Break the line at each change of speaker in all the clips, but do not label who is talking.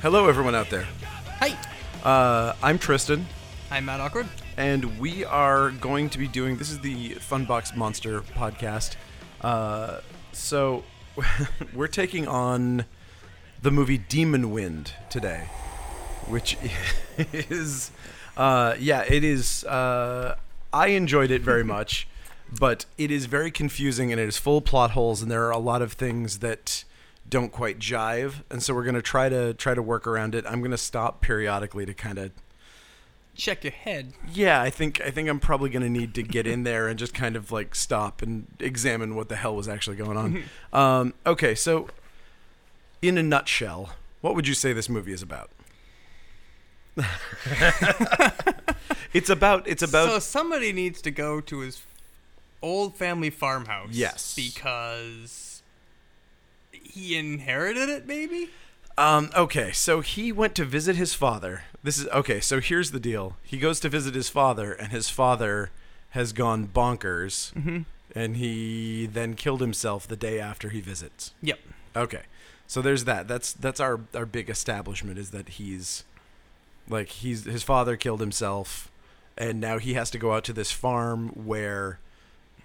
Hello, everyone out there.
Hi,
Uh, I'm Tristan,
I'm Matt Awkward.
and we are going to be doing this is the Funbox Monster podcast. Uh, so we're taking on the movie Demon Wind today, which is uh, yeah, it is. Uh, I enjoyed it very much, but it is very confusing and it is full of plot holes, and there are a lot of things that don't quite jive, and so we're gonna try to try to work around it. I'm gonna stop periodically to kind of
Check your head.
yeah, I think I think I'm probably gonna need to get in there and just kind of like stop and examine what the hell was actually going on. um, okay, so in a nutshell, what would you say this movie is about? it's about it's about
so somebody needs to go to his old family farmhouse.
Yes.
because he inherited it. Maybe
Um, okay, so he went to visit his father. This is okay, so here's the deal. He goes to visit his father, and his father has gone bonkers, and he then killed himself the day after he visits.
Yep.
Okay. So there's that. That's that's our our big establishment is that he's like he's his father killed himself and now he has to go out to this farm where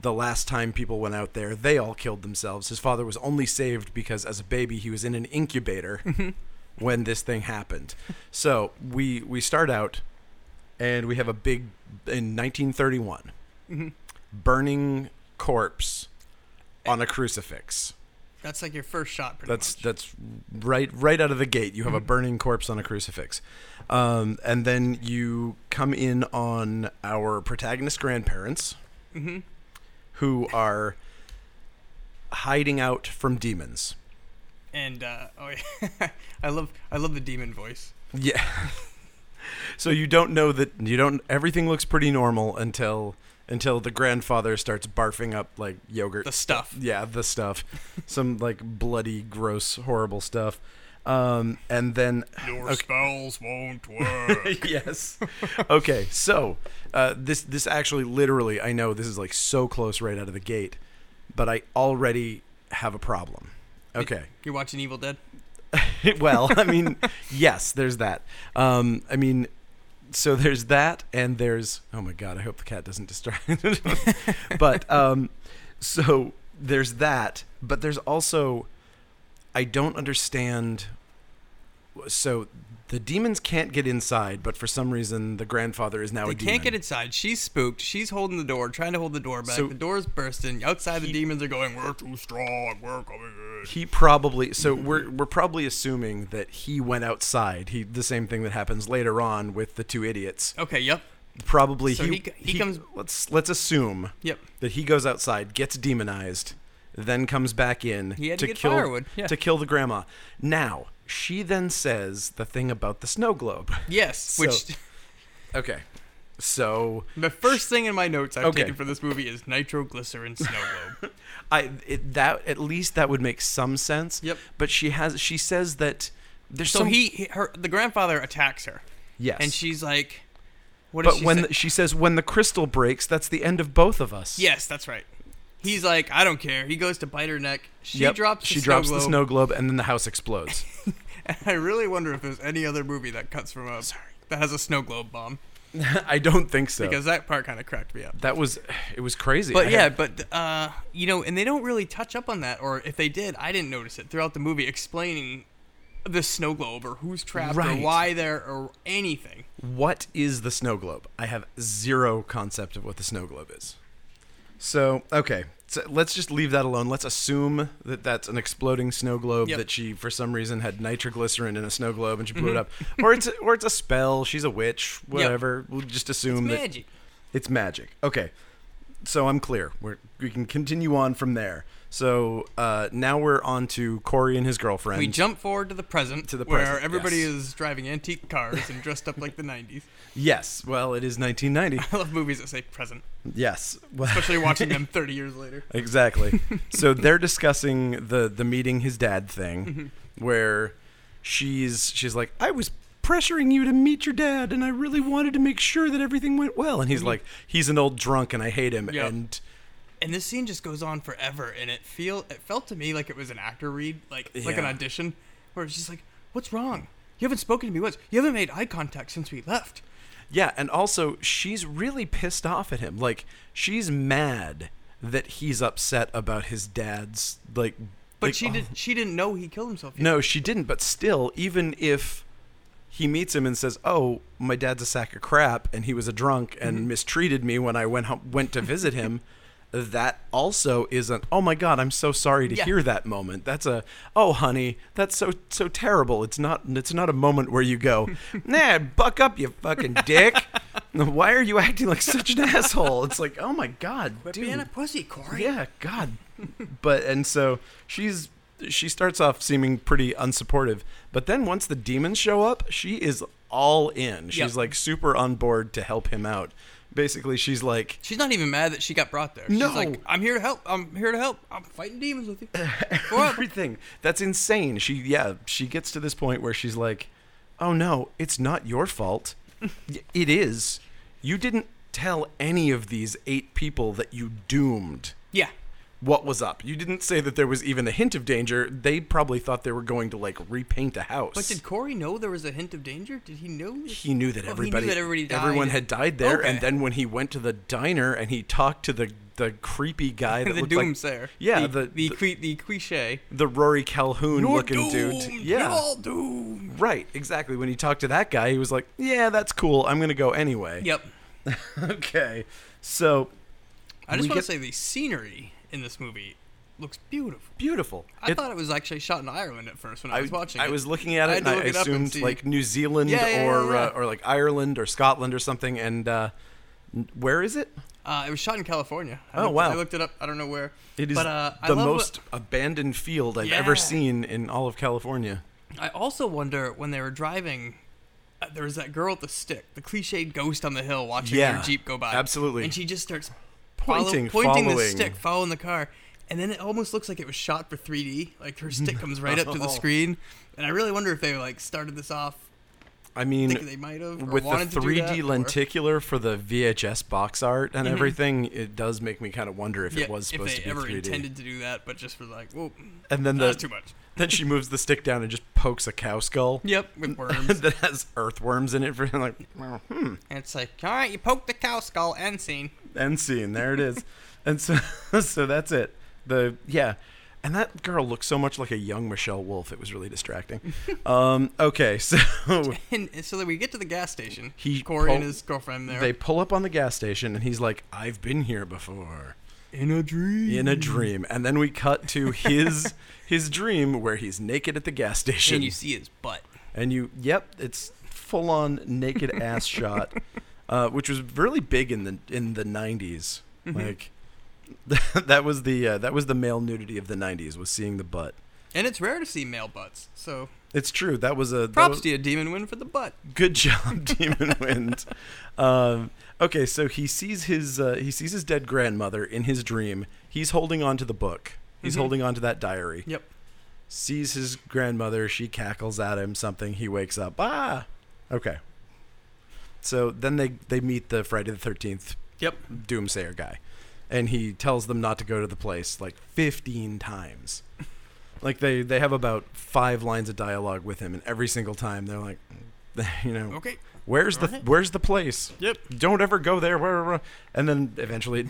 the last time people went out there they all killed themselves. His father was only saved because as a baby he was in an incubator when this thing happened. So we we start out and we have a big in 1931 burning corpse on a crucifix.
That's like your first shot. Pretty
That's
much.
that's right right out of the gate. You have a burning corpse on a crucifix, um, and then you come in on our protagonist grandparents, who are hiding out from demons.
and uh, oh, yeah. I love I love the demon voice.
Yeah. so you don't know that you don't. Everything looks pretty normal until until the grandfather starts barfing up like yogurt
The stuff.
yeah, the stuff, some like bloody, gross, horrible stuff. Um, and then
Your spells won't work.
yes. Okay, so uh, this this actually literally I know this is like so close right out of the gate, but I already have a problem. Okay.
You're watching Evil Dead.
well, I mean, yes, there's that. Um, I mean, so there's that, and there's oh my god, I hope the cat doesn't distract. but um, so there's that, but there's also I don't understand. So the demons can't get inside, but for some reason the grandfather is now a
They
Oh, demon.
can't get inside. She's spooked. She's holding the door, trying to hold the door back.
So-
the door's bursting. Outside, the demons are going, "We're too strong. We're coming in."
he probably so we're we're probably assuming that he went outside. He the same thing that happens later on with the two idiots.
Okay. Yep.
probably
So
he,
he c- he comes-
let's let's assume
Yep.
that he goes outside gets demonized then comes back in
He had to get
kill
firewood, yeah.
to kill the grandma now she then says the thing about the snow globe
Yes.
So-
which
okay so
the first thing in my notes I've
Okay.
taken for this movie is nitroglycerin snow globe.
i it, that at least that would make some sense
Yep.
but she has she says that there's
so
some,
he, he- her, the grandfather attacks her,
yes
and she's like, "What is
but
she
when
say?
the, she says when the crystal breaks that's the end of both of us
yes, that's right. He's like, "I don't care." He goes to bite her neck. She
Yep,
drops. The
she
snow
drops
globe.
the snow globe and then the house explodes
I really wonder if there's any other movie that cuts from a that has a snow globe bomb
i don't think so
because that part kind of cracked me up.
That was it was crazy. I
But yeah,
had-
but uh, you know, and they don't really touch up on that, or if they did, I didn't notice it throughout the movie, explaining the snow globe or who's trapped
Right.
or why they're or anything.
what is the snow globe? I have zero concept of what the snow globe is. So okay, so let's just leave that alone. Let's assume that that's an exploding snow globe
Yep.
that she for some reason had nitroglycerin in a snow globe and she blew it
Mm-hmm.
up, or it's or it's a spell. She's a witch. Whatever. We'll just assume that
Magic.
It's magic. Okay. So I'm clear. We're, we can continue on from there. So uh, now we're on to Corey and his girlfriend.
We jump forward to the present,
To the
where
present,
everybody
yes.
is driving antique cars and dressed up like the '90s.
yes. Well, it is 1990.
I love movies that say present,
yes. Well,
especially watching them 30 years later.
Exactly. so they're discussing the the meeting his dad thing,
Mm-hmm.
where she's she's like, I was pressuring you to meet your dad, and I really wanted to make sure that everything went well. And he's
Mm-hmm.
like, he's an old drunk, and I hate him.
Yep.
And
And this scene just goes on forever, and it feel it felt to me like it was an actor read, like like an
Yeah.
audition, where it's just like, "What's wrong? You haven't spoken to me once. You haven't made eye contact since we left.
Yeah, and also she's really pissed off at him. Like she's mad that he's upset about his dad's like.
But
like,
she
oh.
did. She didn't know he killed himself. yet.
No, she didn't. But still, even if he meets him and says, "Oh, my dad's a sack of crap, and he was a drunk and
Mm-hmm.
mistreated me when I went home, went to visit him," that also isn't. Oh my God, I'm so sorry to
Yeah.
hear that moment. That's a. Oh, honey, that's so so terrible. It's not. It's not a moment where you go, "Nah, buck up, you fucking dick." Why are you acting like such an asshole? It's like, oh my God, dude.
Being a pussy, Corey.
Yeah, God. but and so she's she starts off seeming pretty unsupportive, but then once the demons show up, she is all in. She's
Yep.
like super on board to help him out. Basically, she's like,
She's not even mad that she got brought there.
No.
She's like, I'm here to help. I'm here to help. I'm fighting demons with you. Go up.
everything. That's insane. She yeah, she gets to this point where she's like, "Oh no, it's not your fault. Y- it is. You didn't tell any of these eight people that you doomed."
Yeah.
what was up. You didn't say that there was even a hint of danger. They probably thought they were going to like repaint a house.
But did Corey know there was a hint of danger? Did he know? this?
he knew that
Oh,
everybody,
that everybody died.
everyone had died there. And
Okay.
then when he went to the diner and he talked to the the creepy guy that
the
looked like
doomsayer.
yeah,
the
the-
the,
the-
cli- the cliche.
the Rory Calhoun
You're
looking dude,
doomed.
yeah,
You're all doomed.
right, exactly. When he talked to that guy, he was like, "Yeah, that's cool. I'm gonna go anyway."
Yep.
okay, so
I just
We
want
get-
to say the scenery in this movie looks beautiful.
beautiful.
I
It-
thought it was actually shot in Ireland at first when I, was watching.
I
it.
was looking at
I
it,
had
and
to
I
look it up and
assumed
see.
like New Zealand
Yeah, yeah, yeah,
or
yeah.
Uh, or like Ireland or Scotland or something. And uh, n- where is it?
Uh, it was shot in California. I
Oh,
looked,
wow.
I looked it up. I don't know where.
It is
But, uh, I
the
love what-
most abandoned field I've ever
Yeah.
seen in all of California.
I also wonder when they were driving, uh, there was that girl with the stick, the cliched ghost on the hill watching
Yeah,
her jeep go by.
absolutely.
And she just starts
Pointing,
pointing, follow, pointing the
following.
stick, following the car, and then it almost looks like it was shot for 3D. Like her stick comes right up to
No.
the screen, and I really wonder if they like started this off
I
thinking
mean,
they might have or
with the
wanted to do
3D
that, or-
lenticular for the VHS box art and everything, it does make me kind of wonder if
Yeah,
it was
if
supposed
they
to be
ever
3D.
intended to do that, but just for like, whoa,
and then
that's
the,
too much.
then she moves the stick down and just pokes a cow skull
Yep, with worms.
that has earthworms in it. For like, well, hmm.
and it's like, all right, you poked the cow skull, end scene.
end scene. There it is. and so so that's it. The yeah. And that girl looked so much like a young Michelle Wolf. It was really distracting. um, okay, so
And and so then we get to the gas station.
He
Corey and
pull-
his girlfriend there.
they pull up on the gas station, and he's like, "I've been here before
in a dream.
in a dream." And then we cut to his his dream where he's naked at the gas station,
And you see his butt.
And you, yep, it's full on naked ass shot, uh, which was really big in the in the '90s.
Mm-hmm.
Like that was the uh, that was the male nudity of the '90s was seeing the butt.
And it's rare to see male butts. So
It's true. That was a that
props
was-
to you, Demon Win, for the butt.
good job, Demon Wind. Um, okay, so he sees his uh, he sees his dead grandmother in his dream. He's holding on to the book. He's
Mm-hmm.
holding on to that diary.
Yep.
sees his grandmother. She cackles at him something. He wakes up. Ah, okay. So then they they meet the Friday the Thirteenth
Yep.
doomsayer guy, and he tells them not to go to the place like fifteen times. Like they they have about five lines of dialogue with him, and every single time they're like, you know,
Okay.
where's the
Oh, Alright.
where's the place?
Yep.
Don't ever go there. blah, blah, blah. And then eventually it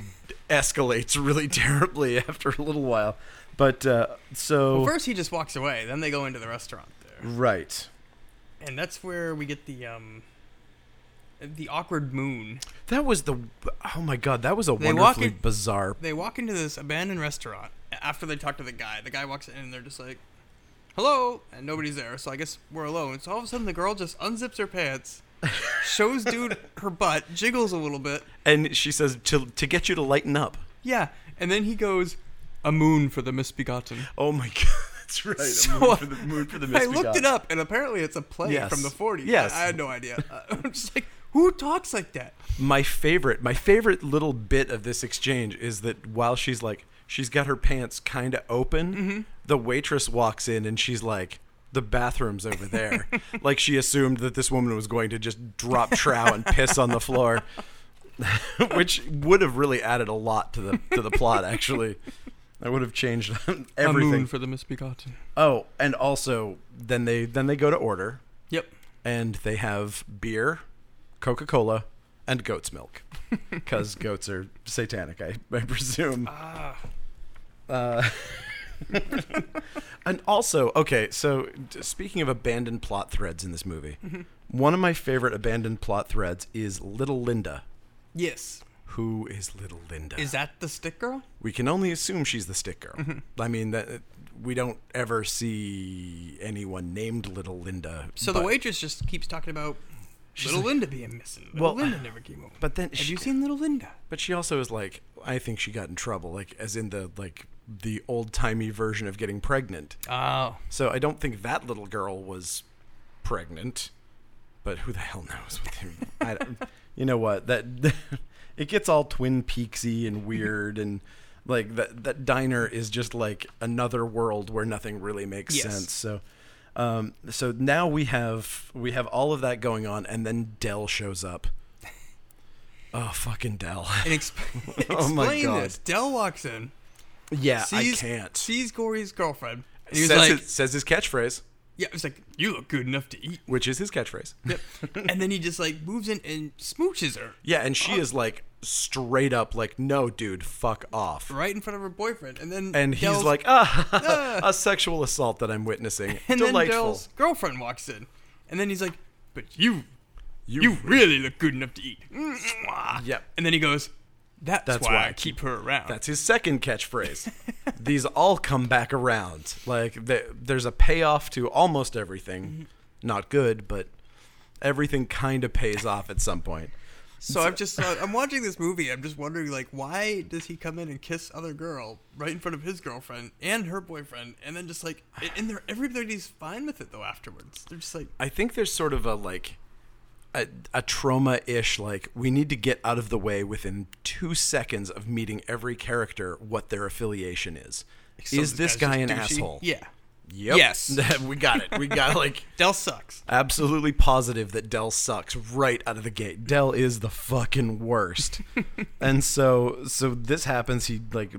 escalates really terribly after a little while. But uh, so
First, he just walks away. Then they go into the restaurant there.
right.
And that's where we get the um, the awkward moon.
That was the oh my god, that was a
They walk
wonderfully
in-
bizarre.
They walk into this abandoned restaurant after they talk to the guy. The guy walks in and they're just like, hello. And nobody's there. So I guess we're alone. So all of a sudden, the girl just unzips her pants, shows dude her butt, jiggles a little bit.
And she says to to get you to lighten up.
Yeah, and then he goes, "A moon for the misbegotten."
Oh my god, that's right.
So,
a mood for the mood for the
I looked
misbegotten.
it up, and apparently it's a play
Yes.
from the '40s.
Yes.
I, I had no idea. I'm just like, who talks like that?
My favorite, my favorite little bit of this exchange is that while she's like, she's got her pants kind of open, the waitress walks in and she's like. The bathroom's over there. like she assumed that this woman was going to just drop trow and piss on the floor, which would have really added a lot to the to the plot. Actually, that would have changed everything.
for the misbegotten.
Oh, and also then they then they go to order
Yep.
and they have beer, Coca Cola, and goat's milk. Because goats are satanic, I, I presume.
Ah.
Uh, and also, okay, so d- speaking of abandoned plot threads in this movie,
Mm-hmm.
one of my favorite abandoned plot threads is Little Linda.
Yes.
Who is Little Linda?
Is that the stick girl?
we can only assume she's the stick girl.
Mm-hmm.
I mean, that uh, we don't ever see anyone named Little Linda.
So
but-
the waitress just keeps talking about little Linda being missing. Little
Well,
Linda never came over.
but then
have
she-
you seen little Linda?
But she also is like, I think she got in trouble, like as in the like the old timey version of getting pregnant.
Oh,
So I don't think that little girl was pregnant, but who the hell knows? What they- I, you know what? That it gets all Twin Peaksy and weird, and like that that diner is just like another world where nothing really makes
Yes.
sense. So. Um, so now we have we have all of that going on, and then Dell shows up. Oh fucking Dell!
and exp-
Oh my
explain
God.
this. Dell walks in,
Yeah,
sees
I can't.
sees Corey's girlfriend, and he was
says,
like,
his, says his catchphrase,
"Yeah," it's like you look good enough to eat.
which is his catchphrase.
Yep. and then he just like moves in and smooches her
Yeah, and she is like straight up like, no, dude, fuck off.
right in front of her boyfriend, and then
And he's
Dell's-
like, ah, a sexual assault that I'm witnessing.
and then
Delightful.
Dell's girlfriend walks in, and then he's like, "But you,
You-
you, really look good enough to eat." Mwah.
Yep.
And then he goes, "That's,
That's
why,
why I
I keep her around."
That's his second catchphrase. These all come back around. Like the, there's a payoff to almost everything.
Mm-hmm.
Not good, but everything kind of pays off at some point.
So I'm just uh, I'm watching this movie. I'm just wondering like why does he come in and kiss other girl right in front of his girlfriend and her boyfriend, and then just like and- and they're everybody's fine with it though afterwards. They're just like
I think there's sort of a like a, a trauma ish like we need to get out of the way within two seconds of meeting every character what their affiliation is.
so
is this
guy's
guy an
just douchey.
asshole?
Yeah,
Yep.
Yes.
we got it. We got like
Dell sucks.
absolutely positive that Dell sucks right out of the gate. Dell is the fucking worst. and so so this happens he like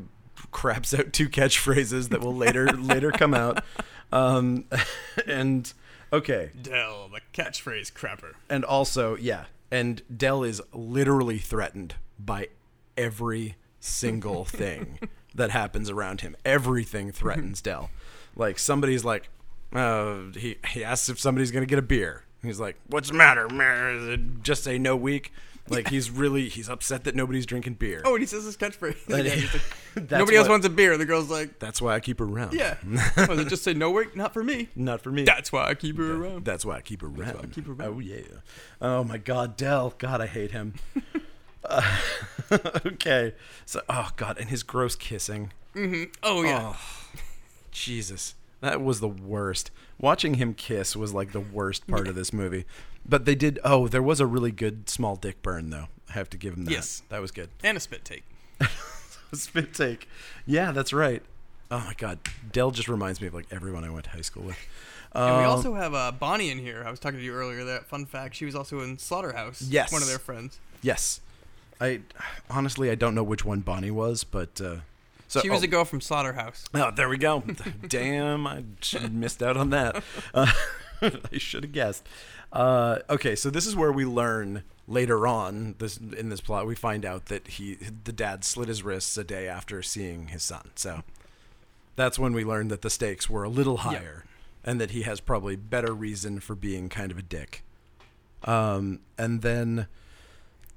craps out two catchphrases that will later later come out. Um and okay,
Dell, the catchphrase crapper.
and also, yeah. And Dell is literally threatened by every single thing that happens around him. Everything threatens
Mm-hmm.
Dell. Like somebody's like, uh, he he asks if somebody's gonna get a beer. He's like, "What's the matter? Meh, Just say no, weak." Like he's really he's upset that nobody's drinking beer.
Oh, and he says this catchphrase. again. He's like,
That's
Nobody else
why-
wants a beer. The girl's like,
That's why I keep her around.
yeah. Was it just say no work? Not for me.
not for me.
That's why I keep her around.
That's why I keep her around.
keep her around.
Oh yeah. Oh my God, Dell. God, I hate him. uh, okay. So, oh God, and his gross kissing.
oh yeah.
Jesus, that was the worst. Watching him kiss was like the worst part of this movie. But they did. Oh, there was a really good small dick burn though. I have to give him that.
Yes.
that was good.
And a spit take.
Spit take. Yeah, that's right. Oh my God, Dell just reminds me of like everyone I went to high school with.
And we
Um,
also have uh, Bonnie in here. I was talking to you earlier. That fun fact: she was also in Slaughterhouse.
Yes.
one of their friends.
Yes. I honestly I don't know which one Bonnie was, but uh, so
She was
oh,
a girl from Slaughterhouse.
oh, there we go. Damn, I j- missed out on that. Uh, I should have guessed. Uh, okay, so this is where we learn later on this in this plot we find out that he the dad slit his wrists a day after seeing his son. So that's when we learned that the stakes were a little higher and that he has probably better reason for being kind of a dick. Um, and then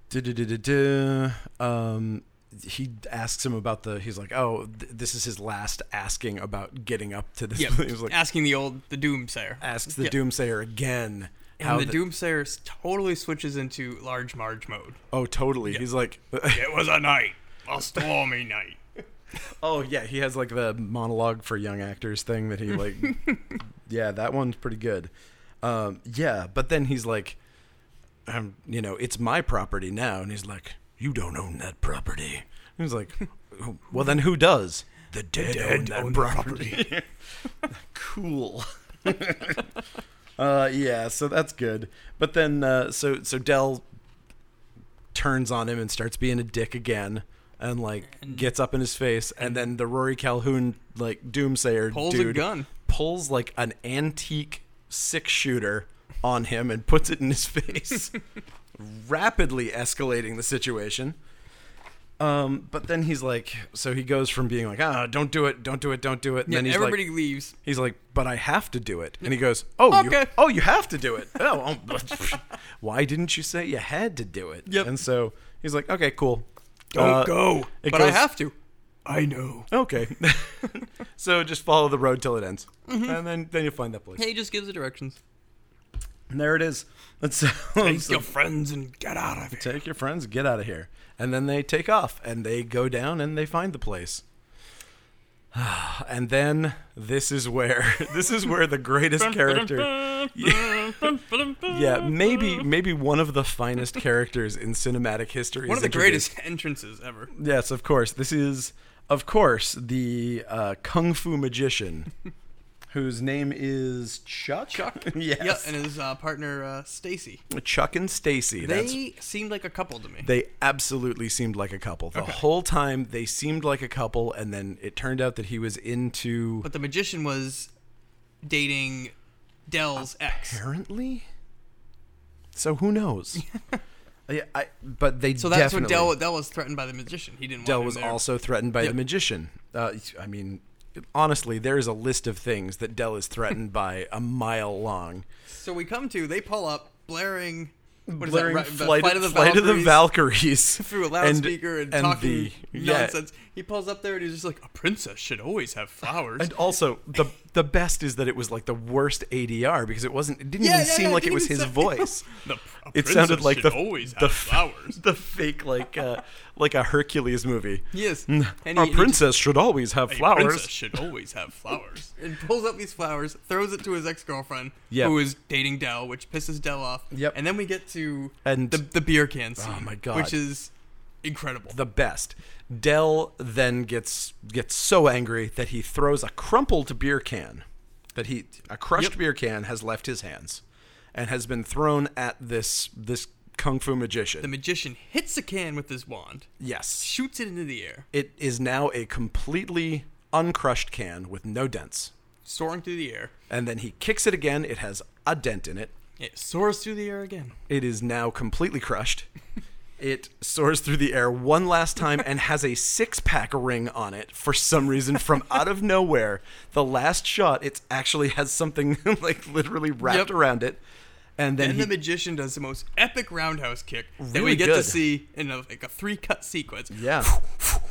Du-du-du-du-du. Um, he asks him about the. He's like, "Oh, th- this is his last asking about getting up to this."
Yep.
he was like,
asking the old the doomsayer.
asks the
Yep.
doomsayer again.
And the, doomsayer s- totally switches into large Marge mode.
oh, totally. He's like,
It was a night, a stormy night.
oh yeah. He has like the monologue for young actors thing that he like. yeah, that one's pretty good. Um, yeah, but then he's like, um, you know, it's my property now, and he's like, you don't own that property. And he's like, well, then who does? The dead, own that property. cool. uh, yeah, so that's good. But then, uh, so so Dell turns on him and starts being a dick again, and like gets up in his face, and then the Rory Calhoun like doomsayer
Pulls a
dude
gun.
pulls like an antique six shooter on him and puts it in his face, rapidly escalating the situation. Um, but then he's like, so he goes from being like, ah, don't do it, don't do it, don't do it. And
Yeah,
then he's
everybody
like,
leaves.
he's like, but I have to do it. And he goes, oh, you,
Okay.
oh, you have to do it. Oh, um, why didn't you say you had to do it?
Yep.
And so he's like, okay, cool.
Don't
Uh,
go.
it
But I
goes-
have to. I know.
Okay. so just follow the road till it ends,
Mm-hmm.
and then then you'll find that place.
He just gives the directions.
And there it is. And so,
Take
so
your friends and get out of here.
take your friends, get out of here, and then they take off and they go down and they find the place. And then this is where this is where the greatest character, yeah, maybe maybe one of the finest characters in cinematic history.
One
is
of the
introduced.
greatest entrances ever.
Yes, of course. This is, of course, the uh, kung fu magician, whose name is Chuck.
Chuck. Yeah,
yes,
and his uh, partner uh, Stacy.
Chuck and Stacy. That's
They seemed like a couple to me.
they absolutely seemed like a couple the whole time. They seemed like a couple, and then it turned out that he was into
but the magician was dating Dell's ex.
apparently. So who knows? I, I, but they
So that's
definitely,
when Dell Dell was threatened by the magician. He didn't.
Dell
want him
was
there.
also threatened by
Yep.
the magician. Uh, I mean, honestly, there is a list of things that Dell is threatened by a mile long.
So we come to they pull up blaring. What is
Blaring
that? Ra- the
Flight, of, Flight of the Valkyries
through a
and-
loudspeaker and, talking
the- yeah.
nonsense. He pulls up there and he's just like, "A princess should always have flowers."
And also the the best is that it was like the worst ADR because it wasn't. It didn't
Yeah,
even
yeah,
seem
yeah,
like it
didn't
was
even
his
sound-
voice.
the, pr- a
It sounded
princess
like
should
the
always
the
have
f-
flowers.
the fake like uh, like a Hercules movie.
Yes,
Mm,
and
a
he- he
princess should always have
A
flowers.
princess should always have flowers. and pulls up these flowers, throws it to his ex girlfriend,
Yep.
who is dating Dell, which pisses Dell off.
Yep.
And then we get to
And- Oh
the the beer can scene.
my God.
Which is incredible.
the best. Dell then gets gets so angry that he throws a crumpled beer can that he a crushed
Yep.
beer can has left his hands and has been thrown at this this kung fu magician.
the magician hits a can with his wand,
yes.
shoots it into the air,
It is now a completely uncrushed can with no dents.
soaring through the air.
And then he kicks it again. It has a dent in it.
It soars through the air again.
It is now completely crushed. It soars through the air one last time and has a six pack ring on it for some reason from out of nowhere. The last shot, it actually has something like literally wrapped
Yep.
around it. And then
And
he,
the magician does the most epic roundhouse kick that
Really
we get to
good.
see in a, like a three cut sequence.
yeah.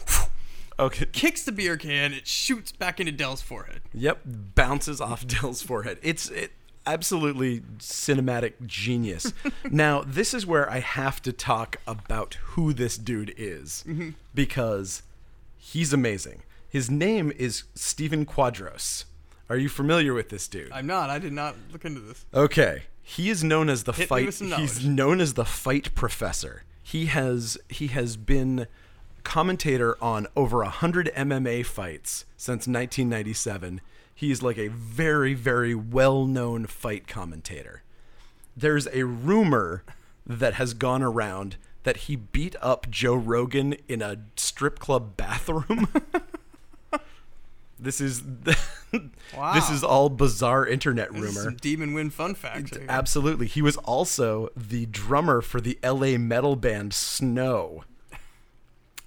okay.
Kicks the beer can, it shoots back into Dell's forehead.
Yep, bounces off Dell's forehead. It's it, absolutely cinematic genius. now, this is where I have to talk about who this dude is because he's amazing. His name is Stephen Quadros. Are you familiar with this dude?
I'm not. I did not look into this.
Okay. He is known as the
me
fight
with some
he's
knowledge.
known as the fight professor. He has he has been commentator on over 100 MMA fights since 1997. He's like a very very well-known fight commentator. There's a rumor that has gone around that he beat up Joe Rogan in a strip club bathroom. this is this
Wow.
is all bizarre internet rumor.
This is some demon wind fun facts. right here.
Absolutely. He was also the drummer for the LA metal band Snow.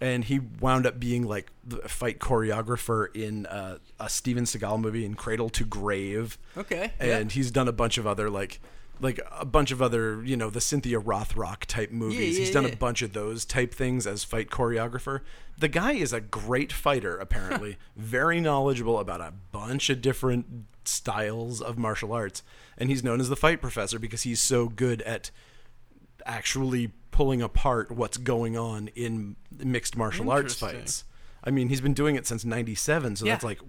And he wound up being like the fight choreographer in uh, a Steven Seagal movie in Cradle to Grave.
Okay, yeah.
And he's done a bunch of other like like a bunch of other, you know, the Cynthia Rothrock type movies. he's
yeah,
done a
yeah.
bunch of those type things as fight choreographer. The guy is a great fighter apparently, very knowledgeable about a bunch of different styles of martial arts, and he's known as the fight professor because he's so good at actually pulling apart what's going on in mixed martial arts
Interesting.
fights. I mean, he's been doing it since 97, so that's
Yeah.
like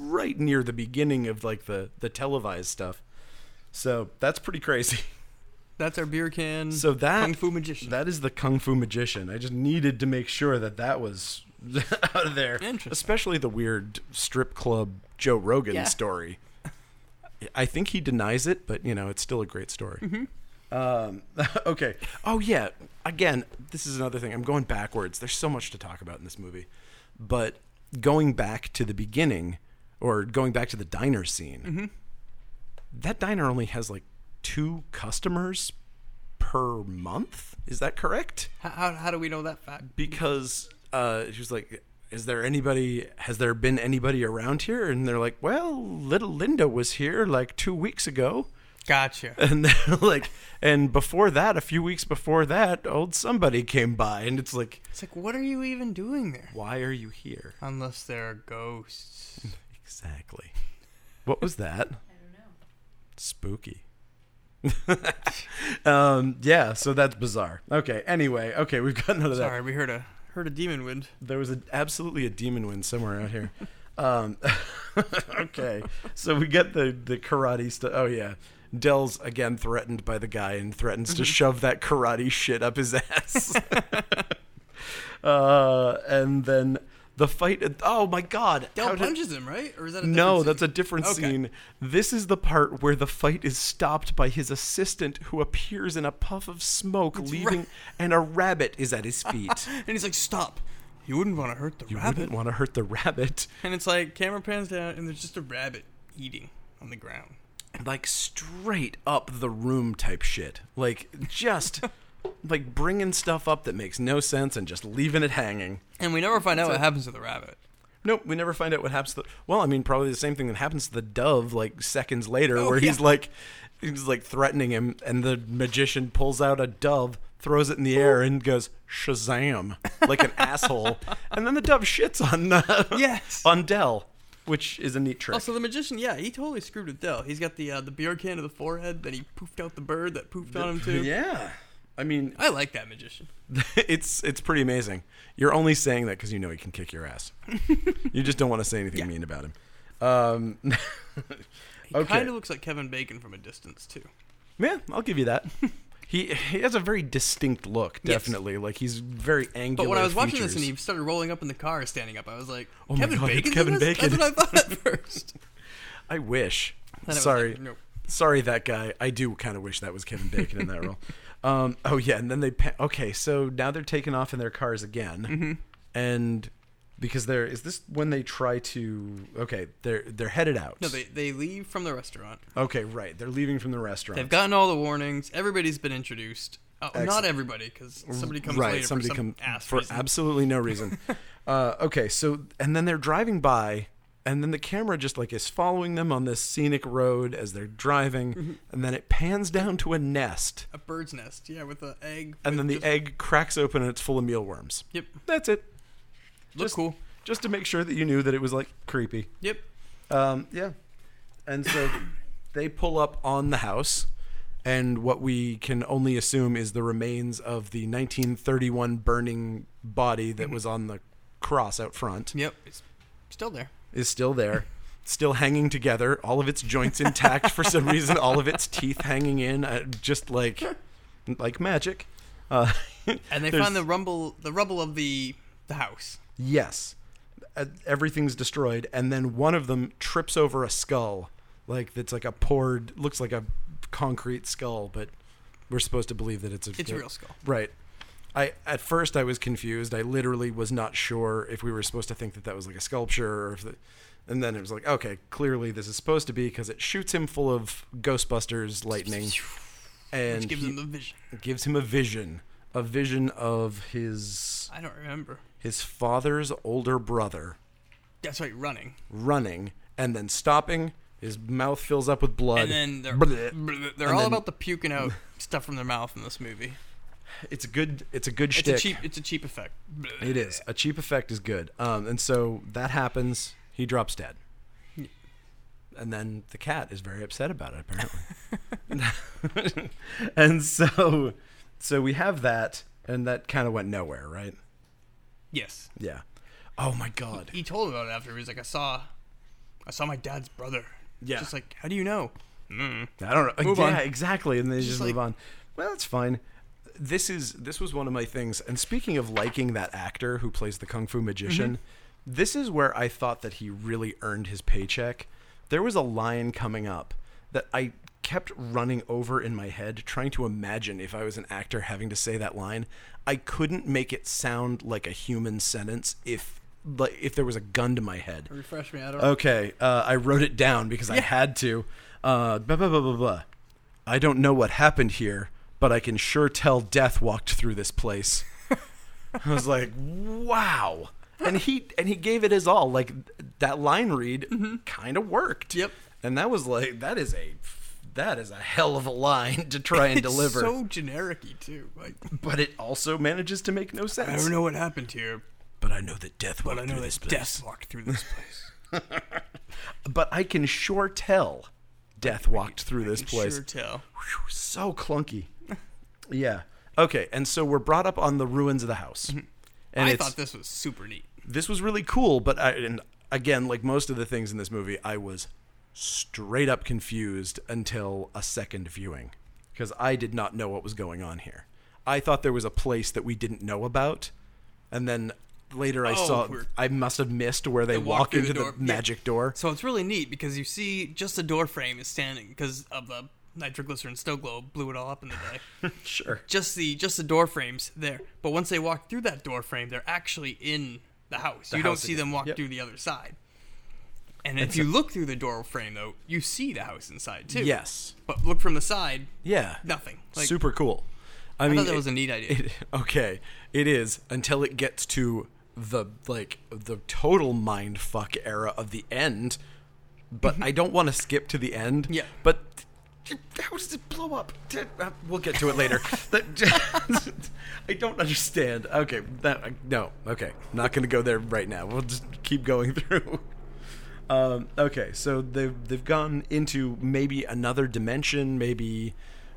right near the beginning of like the the televised stuff. So, that's pretty crazy.
That's our beer can.
So that
kung fu magician.
That is the kung fu magician. I just needed to make sure that that was out of there.
Interesting.
Especially the weird strip club Joe Rogan
Yeah.
story. I think he denies it, but you know it's still a great story.
Mm-hmm.
Um, okay. Oh yeah. Again, this is another thing. I'm going backwards. There's so much to talk about in this movie, but going back to the
Mm-hmm.
beginning or going back to the diner scene, that diner only has like two customers per month. Is that correct?
How, how, how do we know that fact?
because uh, she was like, "Is there anybody? Has there been anybody around here?" And they're like, "Well, little Linda was here like two weeks ago."
Gotcha.
And they're like, and before that, a few weeks before that, old somebody came by, and it's like,
It's like, what are you even doing there?
why are you here?
Unless there are ghosts.
Exactly. What was
I
that?
don't know.
Spooky. um, yeah, so that's bizarre. Okay. Anyway, okay, we've got none of that.
Sorry, we heard a heard a demon wind.
There was a, absolutely a demon wind somewhere out here. um, okay, so we get the the karate stuff. Oh yeah, Dell's again threatened by the guy and threatens
Mm-hmm.
to shove that karate shit up his ass. uh, and then the fight. Oh my god!
Del
how did-
punches him, right? Or is that a different
no,
scene?
that's a different
Okay.
scene. This is the part where the fight is stopped by his assistant, who appears in a puff of smoke, leaving, and a rabbit is at his feet.
And he's like, stop. You wouldn't want to hurt the
you
rabbit.
wouldn't want to hurt the rabbit.
And it's like camera pans down, and there's just a rabbit eating on the ground.
like straight up the room type shit. Like just like bringing stuff up that makes no sense and just leaving it hanging.
And we never find out what happens to the rabbit.
Nope, we never find out what happens. To the, well, I mean, probably the same thing that happens to the dove like seconds later,
Oh,
where he's
yeah.
like he's like threatening him, and the magician pulls out a dove, throws it in the air, and goes Shazam like an asshole, and then the dove shits on uh,
Yes.
on Dell, which is a neat trick.
Also, Oh, the magician, yeah, he totally screwed with Dell. He's got the uh, the beer can to the forehead, then he poofed out the bird that poofed on him too.
yeah, I mean,
I like that magician.
it's it's pretty amazing. You're only saying that because you know he can kick your ass. you just don't want to say anything mean about him. Um,
He
Okay.
kind of looks like Kevin Bacon from a distance too.
yeah, I'll give you that. He he has a very distinct look,
Yes.
definitely. Like he's very angular.
But when I was watching this and he
features.
started rolling up in the car, standing up, I was like,
Oh my
Kevin
God, it's
Bacon's in
Kevin
this?
Bacon.
That's what I thought at first.
I wish.
Then I was
Sorry,
like, nope.
sorry, that guy. I do kind of wish that was Kevin Bacon in that role. Um, oh yeah, and then they pa- okay. So now they're taking off in their cars again,
Mm-hmm.
and because they're is this when they try to okay they're they're headed out.
No, they, they leave from the restaurant.
Okay, right. They're leaving from the restaurant.
They've gotten all the warnings. Everybody's been introduced. Oh,
Excellent.
not everybody, because somebody comes
right,
later
somebody
for some
come-
ass
for
reason.
absolutely no reason. uh, okay, so and then they're driving by, and then the camera just like is following them on this scenic road as they're driving,
Mm-hmm.
and then it pans down to a nest,
a bird's nest, yeah, with an egg.
and then the
with just-
egg cracks open and it's full of mealworms.
Yep,
That's it.
look
Just-
cool.
Just to make sure that you knew that it was like creepy.
Yep.
Um, yeah. And so they pull up on the house, and what we can only assume is the remains of the 1931 burning body that was on the cross out front
Yep. It's still there.
is still there, still hanging together, all of its joints intact for some reason, all of its teeth hanging in, uh, just like like magic. Uh,
And they
There's-
find the rumble, the rubble of the the house.
Yes. Uh, Everything's destroyed, and then one of them trips over a skull, like that's like a poured, looks like a concrete skull, but we're supposed to believe that it's a
It's a
that-
real skull.
Right. I at first I was confused. I literally was not sure if we were supposed to think that that was like a sculpture or if the, and then it was like, okay, clearly this is supposed to be because it shoots him full of Ghostbusters lightning, and
Which gives
he-
them the vision.
gives him a vision, a vision of his
I don't remember.
his father's older brother
That's right, running.
running and then stopping. His mouth fills up with blood.
And then they're,
Bleh.
they're
And
all
then-
about the puking out stuff from their mouth in this movie.
it's a good. It's a good
It's
shtick.
a cheap. It's a cheap effect.
It is a cheap effect is good. Um, and so that happens. He drops dead. And then the cat is very upset about it apparently. and so, so we have that, and that kind of went nowhere, right?
Yes.
Yeah. Oh my god.
He told him about it after. He was like, I saw, I saw my dad's brother.
Yeah.
Just like, mm. how do you know?
I don't know.
Move
yeah,
on.
exactly. And then they just,
like-
move on. Well, that's fine. This is this was one of my things. And speaking of liking that actor who plays the kung fu magician,
Mm-hmm.
this is where I thought that he really earned his paycheck. There was a line coming up that I kept running over in my head, trying to imagine if I was an actor having to say that line. I couldn't make it sound like a human sentence if like if there was a gun to my head.
Refresh me. I don't.
Okay, uh, I wrote it down because I had to. Uh, blah, blah, blah, blah, blah. I don't know what happened here, but I can sure tell death walked through this place. I was like, wow. And he and he gave it his all. Like that line read kind of worked.
Mm-hmm. Yep.
And that was like that is a that is a hell of a line to try and deliver.
It's so generic-y too. Like
but it also manages to make no sense.
I don't know what happened here,
But I know that death
but
walked
I know
through
this
this place.
death walked through this place.
But I can sure tell death walked through this place.
Sure tell.
Phew, so clunky. Yeah. Okay, and so we're brought up on the ruins of the house. And
Mm-hmm. I
it's,
thought this was super neat.
this was really cool, but I, and again, like most of the things in this movie, I was straight up confused until a second viewing because I did not know what was going on here. I thought there was a place that we didn't know about, and then later I
Oh,
saw
we're-
I must have missed where they,
walk
walk
through the
into the,
door. Yeah.
magic door.
So it's really neat because you see just the door frame is standing because of the nitroglycerin snow globe blew it all up in the day.
Sure.
just the just the door frames there. But once they walk through that door frame, they're actually in the house. you don't
house
see
again.
them walk
Yep.
through the other side. And if you look through the door frame though, you see the house inside too.
Yes.
But look from the side,
Yeah.
nothing. Like
Super cool. I,
I
mean,
thought that
it-
was a neat idea.
okay, it is until it gets to the like the total mind fuck era of the end. But I don't want to skip to the end.
Yeah.
But how does it blow up? Uh, We'll get to it later. That- I don't understand. Okay, that I- no. Okay, not going to go there right now. We'll just keep going through. Um, okay, so they've they've gone into maybe another dimension, maybe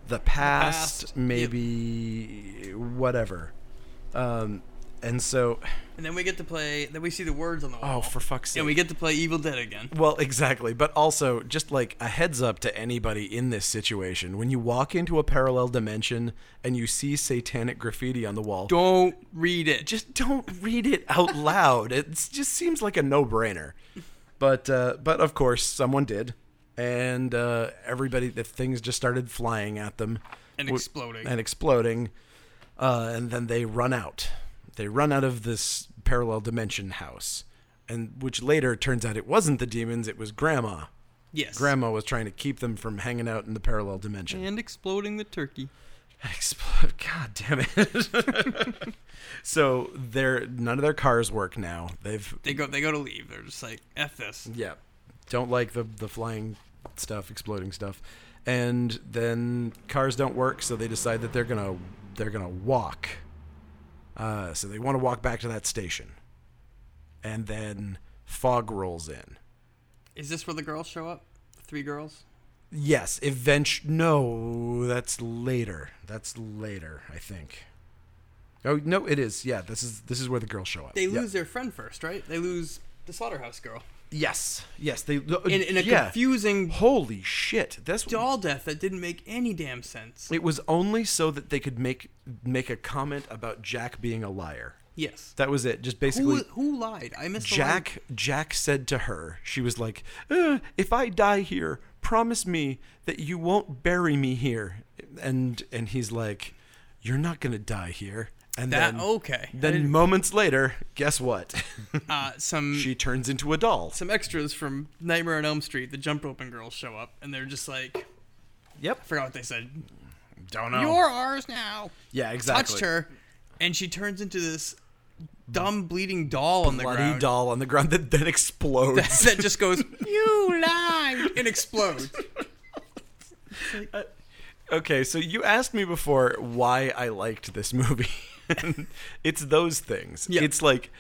the past,
past, yep.
maybe whatever. Um, and so,
And then we get to play then we see the words on the wall.
oh, for fuck's sake!
and we get to play Evil Dead again.
Well, exactly. But also, just like a heads up to anybody in this situation when you walk into a parallel dimension and you see satanic graffiti on the wall,
Don't read it.
just don't read it out loud. It just seems like a no brainer. But, uh, but of course, someone did. And uh, everybody, the things just started flying at them
And
W-
exploding.
And exploding. Uh, and then they run out. They run out of this parallel dimension house. And which later turns out it wasn't the demons, it was Grandma.
yes.
Grandma was trying to keep them from hanging out in the parallel dimension.
and exploding the turkey.
Explode! God damn it! so their none of their cars work now. They've
They go they go to leave. They're just like, F this.
yeah, don't like the the flying stuff, exploding stuff, and then cars don't work. So they decide that they're gonna they're gonna walk. Uh, so they want to walk back to that station, and then fog rolls in.
Is this where the girls show up? The three girls?
Yes, eventually. No, that's later. That's later, I think. Oh no, it is. Yeah, this is this is where the girls show up.
They
Yeah.
lose their friend first, right? They lose the slaughterhouse girl.
Yes, yes. They
In, in a confusing
Holy shit! That's
doll death that didn't make any damn sense.
it was only so that they could make make a comment about Jack being a liar.
Yes.
That was it. Just basically.
Who, who lied? I missed the line.
Jack Jack said to her, she was like, "Uh, "If I die here, promise me that you won't bury me here." And and he's like, "You're not gonna die here." And
That-
then
Ah, okay. I
Then
didn't-
moments later, guess what?
Uh, some
she turns into a doll.
some extras from Nightmare on Elm Street, the jump roping girls show up, and they're just like,
Yep.
I forgot what they said.
Don't know.
You're ours now.
yeah, Oh. exactly.
Touched her, and she turns into this dumb bleeding doll on the
Bloody
ground.
doll on the ground that then explodes.
that just goes, you lied, and explodes.
Okay, so you asked me before why I liked this movie. And it's those things.
Yeah.
It's like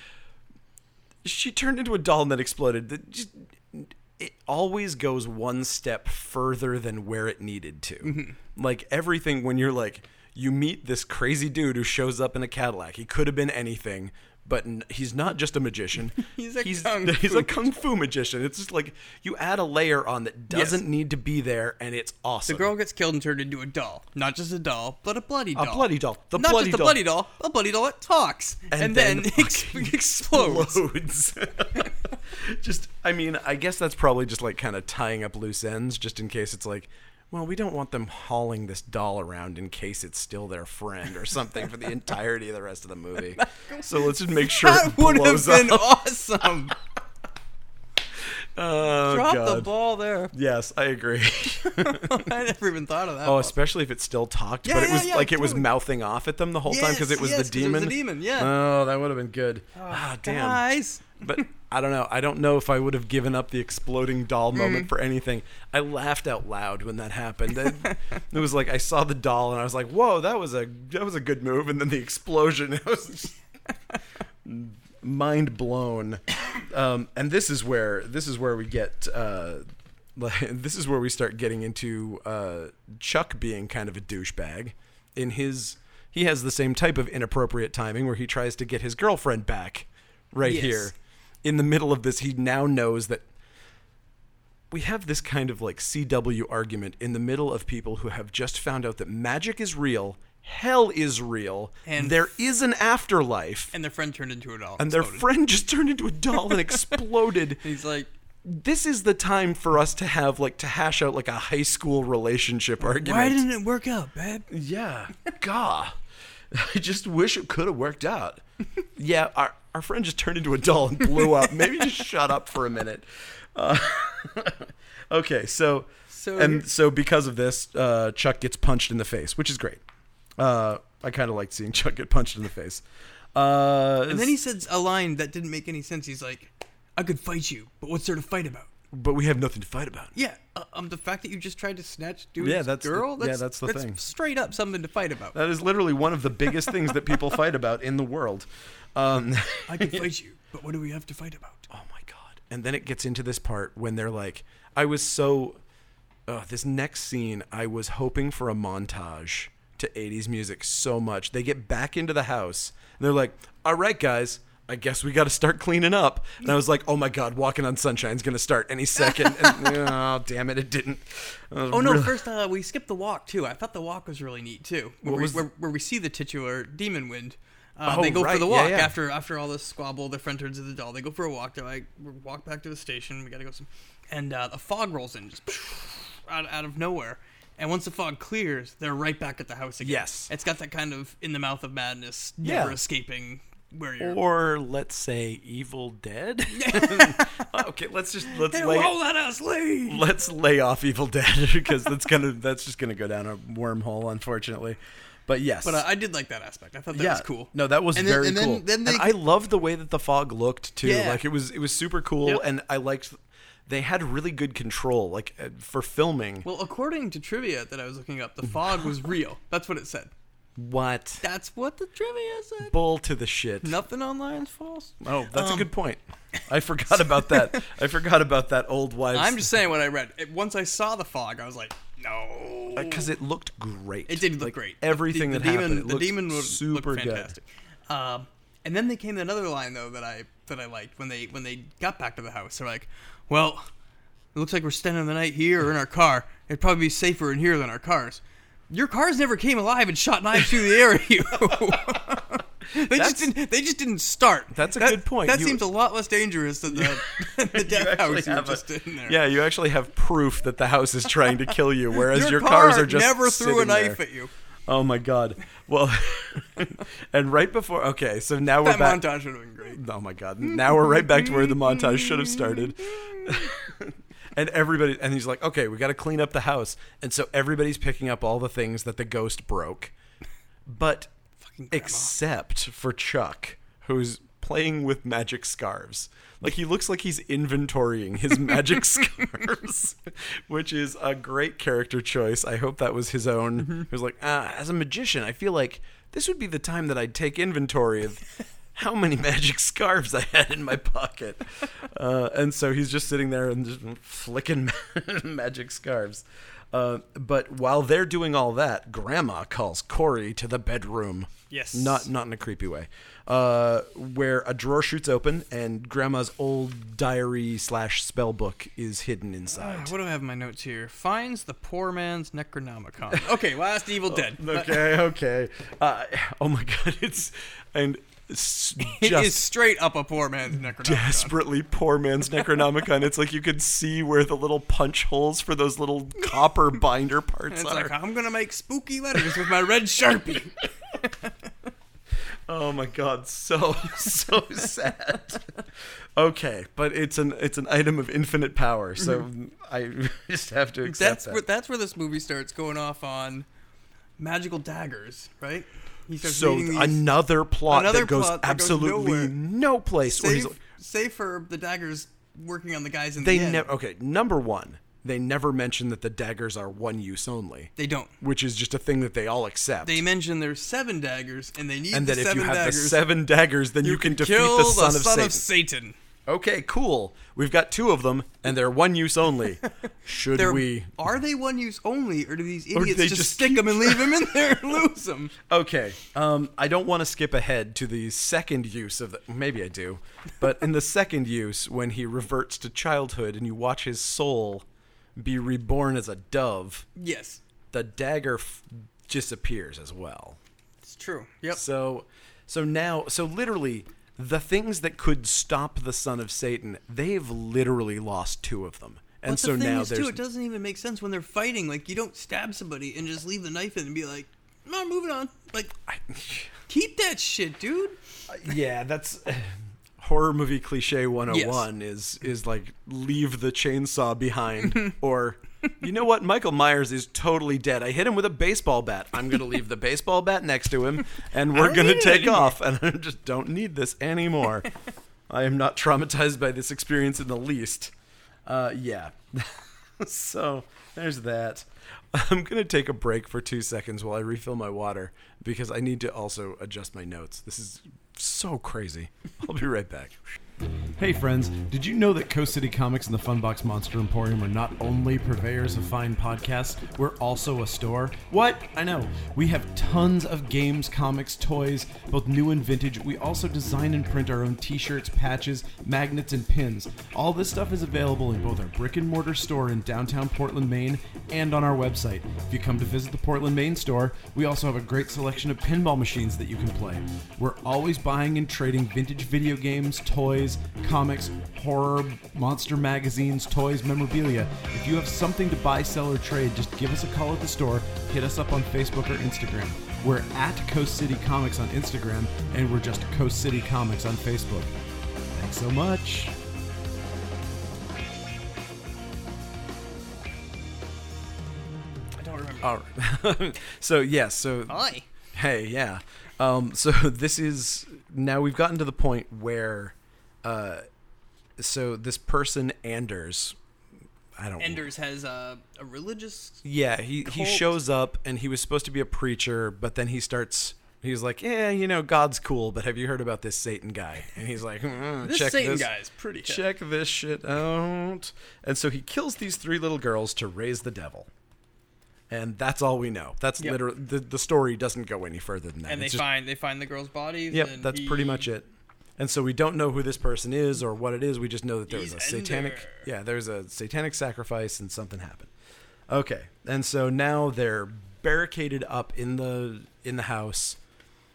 she turned into a doll and then exploded. That just- It always goes one step further than where it needed to.
Mm-hmm.
Like everything, when you're like, you meet this crazy dude who shows up in a Cadillac. He could have been anything, but n- he's not just a magician.
He's a kung
he's
fu
a kung fu magician. It's just like you add a layer on that
Yes.
doesn't need to be there, and it's awesome.
The girl gets killed and turned into a doll. Not just a doll, but a bloody doll.
A bloody doll. The
Not
bloody
just a
doll.
bloody doll, a bloody doll that talks. And, then, ex-
fucking
explodes.
explodes. just, I mean, I guess that's probably just like kind of tying up loose ends, just in case it's like, well, we don't want them hauling this doll around in case it's still their friend or something for the entirety of the rest of the movie. So let's just make sure
That
it
would have
blows
been
up.
awesome.
Oh,
Drop
God.
the ball there.
Yes, I agree.
I never even thought of that.
Oh,
one.
especially if it's still talked,
Yeah,
but it
yeah,
was
yeah,
like it was
totally.
mouthing off at them the whole time because it was the
Yes, yes, 'cause it
demon.
was the demon, yeah.
Oh, that would have been good. ah, damn.
Guys.
But I don't know. I don't know if I would have given up the exploding doll moment for anything. I laughed out loud when that happened. It, it was like I saw the doll and I was like, "Whoa, that was a that was a good move." And then the explosion. I was just mind blown. Um, and this is where this is where we get. Uh, like, this is where we start getting into uh, Chuck being kind of a douchebag in his. He has the same type of inappropriate timing where he tries to get his girlfriend back right
Yes.
here. In the middle of this, he now knows that we have this kind of like CW argument in the middle of people who have just found out that magic is real, hell is real,
And-
there is an afterlife,
And their friend turned into a doll.
and their
exploded.
friend just turned into a doll and exploded.
He's like,
This is the time for us to have like to hash out like a high school relationship argument.
why didn't it work out, babe?
Yeah. Gah. I just wish it could have worked out. yeah, our, our friend just turned into a doll and blew up. Maybe just shut up for a minute. Uh, okay, so,
So
and so because of this, uh, Chuck gets punched in the face, which is great. Uh, I kind of liked seeing Chuck get punched in the face. Uh,
And then he said a line that didn't make any sense. He's like, I could fight you, but what's there to fight about?
but we have nothing to fight about.
Yeah, uh, um, the fact that you just tried to snatch dude's
Yeah, that's the-
girl,
yeah,
that's,
that's the thing.
straight up something to fight about.
That is literally one of the biggest things that people fight about in the world. Um,
I could fight you, but what do we have to fight about?
oh my god and then it gets into this part when they're like i was so uh, this next scene i was hoping for a montage to 80s music so much they get back into the house and they're like all right guys I guess we got to start cleaning up. And I was like, "Oh my God, Walking on Sunshine's gonna start any second. And, oh damn it, it didn't.
Oh no! First, uh, we skipped the walk too. I thought the walk was really neat too, where,
What
we,
was the-
where, where we see the titular demon wind. Uh,
Oh,
they go
right,
for the
yeah,
walk
yeah.
after after all this squabble. Their friend turns into the doll. They go for a walk. They're like, "We walk back to the station. We gotta go some. And uh, the fog rolls in, just out, out of nowhere. And once the fog clears, they're right back at the house again.
Yes.
it's got that kind of in the mouth of madness,
Yeah. Oh.
never escaping. Where you're
Or let's say Evil Dead. okay, let's just let's
they
lay
won't let us leave.
let's lay off Evil Dead because that's gonna that's just gonna go down a wormhole, unfortunately. But yes,
But uh, I did like that aspect. I thought that was cool.
No, that was
And then-
very
and then-
cool.
then
and
they-
I love the way that the fog looked too.
Yeah.
Like it was it was super cool,
Yep.
and I liked. They had really good control, like uh, for filming.
Well, according to trivia that I was looking up, the fog was real. That's what it said.
What
That's what the trivia said.
bull to the shit?
Nothing online's false.
Oh, that's
Um,
a good point. I forgot about that. I forgot about that old wives.
I'm just saying what I read. It, once I saw the fog, I was like, no.
because it looked great.
Mm. It did look
Like,
great. The-
Everything
the,
that
the demon,
happened, it
the
looked
demon would
super
look
good.
fantastic. Um, and then they came to another line though that I that I liked when they when they got back to the house. They're like, "Well, it looks like we're spending the night here or in our car. It'd probably be safer in here than our cars." Your cars never came alive and shot knives through the air at you. they
That's-
just didn't. They just didn't start.
That's a
That-
good point.
That
You-
seems a lot less dangerous than the, than the
You
death
actually
house you were
have a-
just in there.
Yeah, you actually have proof that the house is trying to kill you, whereas your,
your, car
cars are just
never threw a
sitting
knife
there.
at you.
Oh my god! Well, and right before okay, so now we're
That
back.
montage would have been great.
Oh my god! Now we're right back to where the montage should have started. and everybody, and he's like, "Okay, we got to clean up the house," and so everybody's picking up all the things that the ghost broke, but
Fucking grandma.
except for Chuck, who's playing with magic scarves. Like he looks like he's inventorying his magic scarves, which is a great character choice. I hope that was his own.
Mm-hmm.
He was like, ah, as a magician, I feel like this would be the time that I'd take inventory of how many magic scarves I had in my pocket. Uh, and so he's just sitting there and just flicking magic scarves. Uh, but while they're doing all that, Grandma calls Corey to the bedroom.
Yes.
Not not in a creepy way. Uh, where a drawer shoots open and Grandma's old diary slash spell book is hidden
Ah,
inside.
What do I have in my notes here? Finds the poor man's Necronomicon. Okay, last Evil
Oh,
Dead.
okay, okay. Uh, oh my god, it's and s-
It
just
is straight up a poor man's Necronomicon.
desperately poor man's Necronomicon. it's like you could see where the little punch holes for those little copper binder parts
It's
are.
like I'm gonna make spooky letters with my red sharpie.
Oh my god, so so sad. Okay, but it's an it's an item of infinite power, so I just have to accept
Mm-hmm. That's
that.
where that's where this movie starts going off on magical daggers, right? He starts
so
reading these-
another plot
another
that goes
plot that goes
absolutely
nowhere.
no place. Or he's
save, save for the daggers working on the guys in
they
the end.
never okay. Number one, they never mention that the daggers are one use only,
they don't.
which is just a thing that they all accept.
They mention there's seven daggers, and they need
and
the
that if
seven
you have
daggers.
the seven daggers, then you,
you
can, defeat
kill
the son, of, Satan.
Satan.
Okay, cool. We've got two of them, and they're one use only. Should
They're-
we?
are they one use only, or do these
do
idiots
they
just,
just
stick them and leave them in there and lose them?
Okay. Um, I don't want to skip ahead to the second use of the. Maybe I do, but in the second use, when he reverts to childhood and you watch his soul be reborn as a dove,
Yes,
the dagger f- disappears as well.
it's true. Yep.
So, so now, so literally, the things that could stop the son of Satan, they've literally lost two of them, and
But
so
the thing
now
is,
there's
too, it doesn't even make sense when they're fighting. Like, you don't stab somebody and just leave the knife in and be like, "No, moving on." Like, keep that shit, dude.
yeah, that's horror movie cliche 101 is is like leave the chainsaw behind or you know what Michael Myers is totally dead. I hit him with a baseball bat. I'm going to leave the baseball bat next to him and we're
don't
going to
need it
take
anymore."
off and I just don't need this anymore. I am not traumatized by this experience in the least. Uh yeah. so, there's that. I'm going to take a break for 2 seconds while I refill my water because I need to also adjust my notes. This is so crazy. I'll be right back. Hey friends, did you know that Coast City Comics and the Funbox Monster Emporium are not only purveyors of fine podcasts, we're also a store? What? I know. We have tons of games, comics, toys, both new and vintage. We also design and print our own t-shirts, patches, magnets, and pins. All this stuff is available in both our brick and mortar store in downtown Portland, Maine, and on our website. If you come to visit the Portland, Maine store, we also have a great selection of pinball machines that you can play. We're always buying and trading vintage video games, toys, comics, horror, monster magazines, toys, memorabilia. If you have something to buy, sell, or trade, just give us a call at the store. Hit us up on Facebook or Instagram. We're at Coast City Comics on Instagram, and we're just Coast City Comics on Facebook. Thanks so much.
I don't remember.
All right. so, yes, so
Hi.
Hey, yeah. Um, so this is now we've gotten to the point where, uh, so this person Anders, I don't.
Enders has a, a religious.
Yeah, he he
Cult.
shows up and he was supposed to be a preacher, but then he starts. He's like, yeah, you know, God's cool, but have you heard about this Satan guy? And he's like, mm,
This
check
Satan
this
guy is pretty. tough.
check this shit out. And so he kills these three little girls to raise the devil. And that's all we know. That's
Yep.
literally the, the story doesn't go any further than that.
And they
It's just-
find they find the girls' bodies.
Yep,
and
that's pretty
he-
much it. And so we don't know who this person is or what it is. We just know that there was a
He's
satanic
Ender.
Yeah, there's a satanic sacrifice and something happened. Okay. And so now they're barricaded up in the in the house.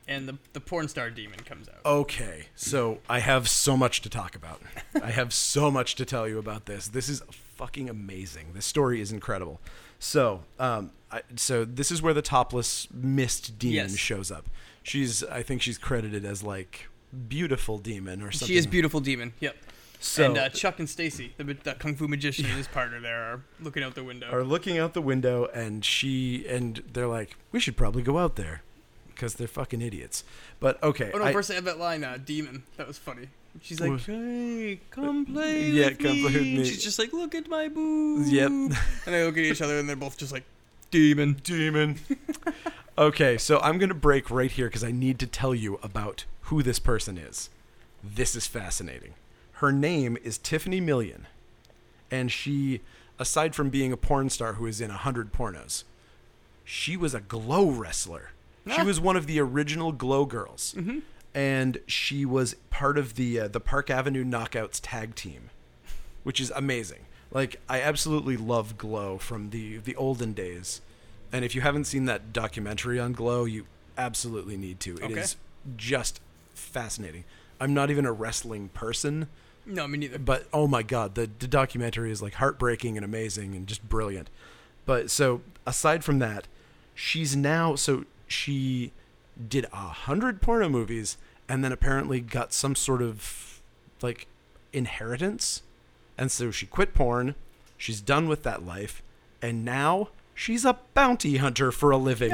And the the porn star demon comes out.
Okay. So I have so much to talk about. I have so much to tell you about this. This is fucking amazing. This story is incredible. So, um I, so this is where the topless mist demon
Yes.
shows up. She's I think she's credited as like beautiful demon or something.
She is beautiful demon. Yep.
So
and uh, Chuck and Stacy, the, the kung fu magician and his partner, there are looking out the window.
are looking out the window, and she and they're like, "We should probably go out there," because they're fucking idiots. But okay,
oh no!
I-
first I have that line, uh, demon. That was funny. She's like,
What?
"Hey, come play
Uh, Yeah,
with
come
me."
play with
And
me.
She's just like, "Look at my boob."
Yep.
And they look at each other, and they're both just like, "Demon."
demon. okay, so I'm gonna break right here because I need to tell you about who this person is. This is fascinating. Her name is Tiffany Million, and she, aside from being a porn star who is in a hundred pornos, she was a glow wrestler. She
Ah.
was one of the original glow girls, and she was part of the uh, the Park Avenue Knockouts tag team which is amazing. Like I absolutely love Glow from the the olden days, and if you haven't seen that documentary on Glow, you absolutely need to. It is
Okay.
just fascinating. I'm not even a wrestling person,
No, me neither.
but oh my god, the, the documentary is like heartbreaking and amazing and just brilliant. But so aside from that, she's now so she did a hundred porno movies, and then apparently got some sort of like inheritance, and so she quit porn. She's done with that life, and now she's a bounty hunter for a living.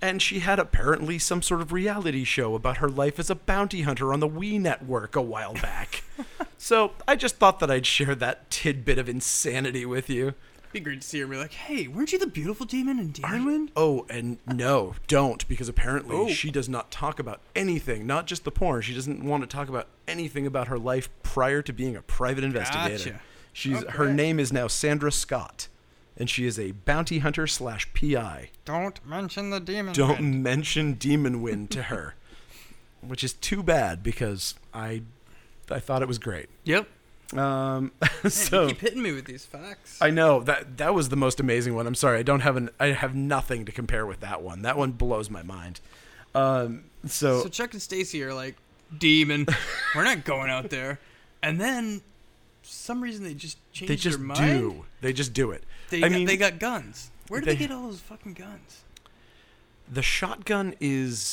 And she had apparently some sort of reality show about her life as a bounty hunter on the Wii network a while back. so I just thought that I'd share that tidbit of insanity with you.
Be great to see her and be like, hey, weren't you the beautiful demon in Demonland?
Oh, and no, don't, because apparently
Oh.
she does not talk about anything, not just the porn. She doesn't want to talk about anything about her life prior to being a private investigator.
Gotcha.
She's her
Okay.
name is now Sandra Scott, and she is a bounty hunter slash PI.
Don't mention the demon.
Don't mention Demon Wind to her, which is too bad because I, I thought it was great.
Yep.
Um,
Man,
so
you keep hitting me with these facts.
I know that that was the most amazing one. I'm sorry, I don't have an I have nothing to compare with that one. That one blows my mind. Um, so,
So Chuck and Stacy are like, demon, we're not going out there. And then, for some reason, they just changed
they just
their mind.
do. They just do it.
They,
I
got,
mean,
they got guns. Where did they,
they-
get all those fucking guns?
the shotgun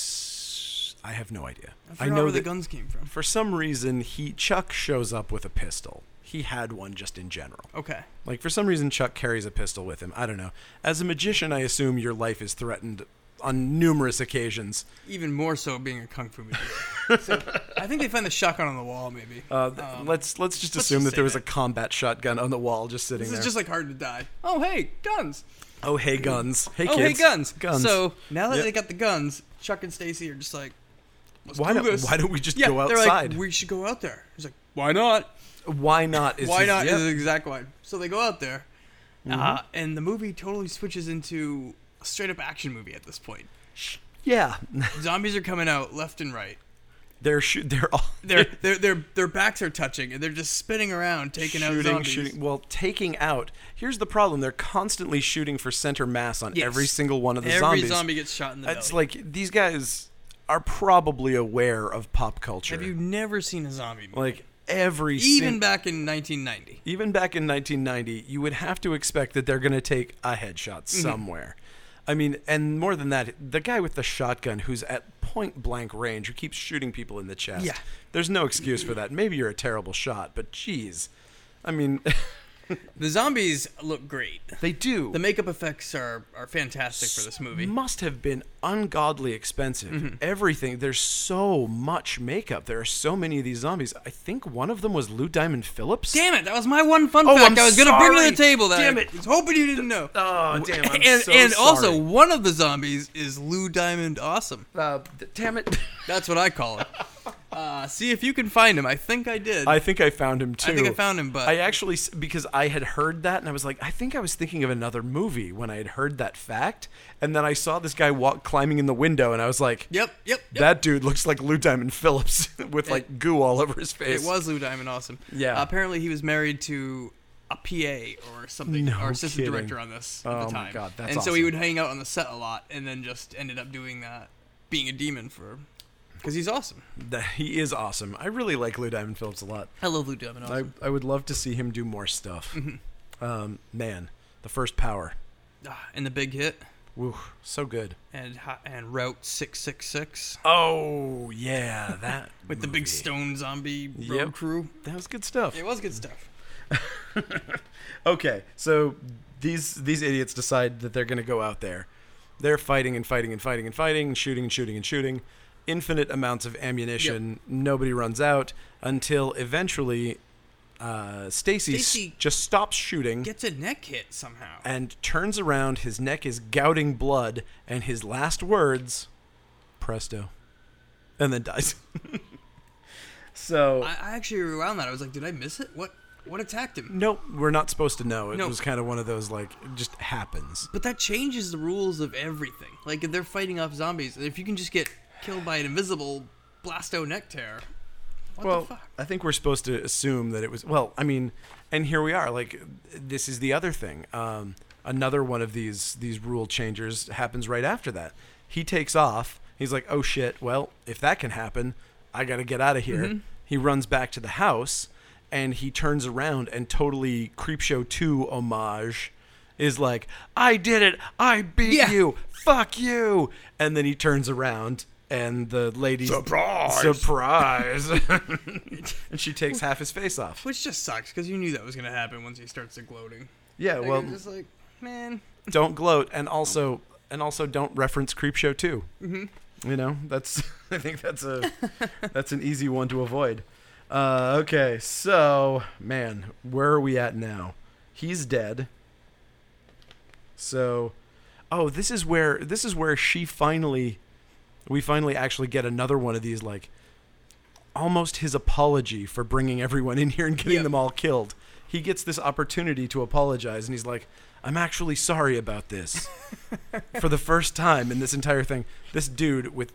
is. I have no idea.
I,
I,
forgot
know
where
that
the guns came from.
for some reason he Chuck shows up with a pistol. He had one just in general.
Okay.
Like for some reason Chuck carries a pistol with him. I don't know. As a magician, I assume your life is threatened on numerous occasions.
Even more so being a kung fu movie. so, I think they find the shotgun on the wall, maybe.
Uh, th- let's let's just
Um, let's
assume
just
that
say
there was
that.
a combat shotgun on the wall just sitting
this
there.
is just like hard to die. Oh, hey, guns.
Oh hey guns. Hey
oh,
kids.
hey, guns.
Guns.
So now that
Yep.
they got the guns, Chuck and Stacy are just like, Let's
why
do
don't
this.
why don't we just
yeah,
go
they're
outside?
like, we should go out there. He's like, why not?
why not? Is
why
his-
not?
yep.
Is the exact one. So they go out there, uh,
Mm-hmm.
and the movie totally switches into a straight up action movie at this point.
yeah.
Zombies are coming out left and right.
they're shoot. They're all
Their their their their backs are touching, and they're just spinning around, taking out
shooting,
zombies.
shooting. Well, taking out. Here's the problem. They're constantly shooting for center mass on
Yes.
every single one of the
Every
zombies.
zombie gets shot in the
It's
belly.
like these guys are probably aware of pop culture.
Have you never seen a zombie movie?
like every
Even
sin-
back in 1990.
even back in 1990, you would have to expect that they're going to take a headshot
Mm-hmm.
somewhere. I mean, and more than that, the guy with the shotgun who's at point blank range who keeps shooting people in the chest.
Yeah.
There's no excuse for that. Maybe you're a terrible shot, but geez. I mean,
The zombies look great.
they do.
The makeup effects are, are fantastic for this movie. Mm-hmm.
Must have been ungodly expensive. Everything. There's so much makeup. There are so many of these zombies. I think one of them was Lou Diamond Phillips.
Damn it! That was my one fun
Oh,
fact
I'm
I was gonna bring to
sorry.
the table. That
Damn
I
it.
was hoping you didn't know.
Oh, damn. I'm
and
so
and also
sorry.
one of the zombies is Lou Diamond Awesome.
Uh, d- damn it.
That's what I call it. Uh, see if you can find him. I think I did.
I think I found him too.
I think I found him, but
I actually s- because I had heard that and I was like, I think I was thinking of another movie when I had heard that fact, and then I saw this guy walk climbing in the window, and I was like,
yep, yep, yep.
that dude looks like Lou Diamond Phillips with like goo all over his face.
it was Lou Diamond Awesome.
Yeah.
apparently he was married to a PA or something,
No
or assistant
kidding.
director on this at
Oh
the
my
time.
God, that's
and so he
awesome.
would hang out on the set a lot, and then just ended up doing that, being a demon for, because he's awesome.
Th- he is awesome. I really like Lou Diamond Phillips a lot.
I love Lou Diamond Awesome.
I I would love to see him do more stuff.
Mm-hmm.
Um, man, the first power,
Ah, and the big hit
woo, so good.
and Ho- and Route Six Six Six
Oh yeah, that
with the big
movie.
stone zombie road
Yep.
crew.
That was good stuff.
It was good stuff.
Okay, so these these idiots decide that they're going to go out there. They're fighting and fighting and fighting and fighting, and shooting and shooting and shooting. Infinite amounts of ammunition. Nobody runs out until eventually uh, Stacy s-
Stacy-
just stops shooting
Gets a neck hit somehow.
and turns around. His neck is gouting blood, and his last words, presto, and then dies. so.
I, I actually rewound that. I was like, did I miss it? What what attacked him?
Nope, we're not supposed to know. It
No.
was kind of one of those like it just happens.
But that changes the rules of everything. Like if they're fighting off zombies, if you can just get killed by an invisible blasto neck tear, what
well,
the fuck?
I think we're supposed to assume that it was. Well, I mean, and here we are. Like, this is the other thing. Um, another one of these these rule changers happens right after that. He takes off. He's like, "Oh shit! Well, if that can happen, I gotta get out of here."
Mm-hmm.
He runs back to the house, and he turns around and totally creepshow two homage is like, I did it. I beat
Yeah.
you. Fuck you. And then he turns around and the lady
Surprise!
Surprise. and she takes half his face off.
Which just sucks because you knew that was gonna happen once he starts gloating.
Yeah,
Like,
well,
it's just like man,
don't gloat and also and also don't reference Creepshow 2. Mm-hmm. You know, that's I think that's a that's an easy one to avoid. Uh, okay, so man, where are we at now? He's dead. So, oh, this is where this is where she finally we finally actually get another one of these like almost his apology for bringing everyone in here and getting
Yeah.
them all killed. He gets this opportunity to apologize and he's like, "I'm actually sorry about this." for the first time in this entire thing, this dude with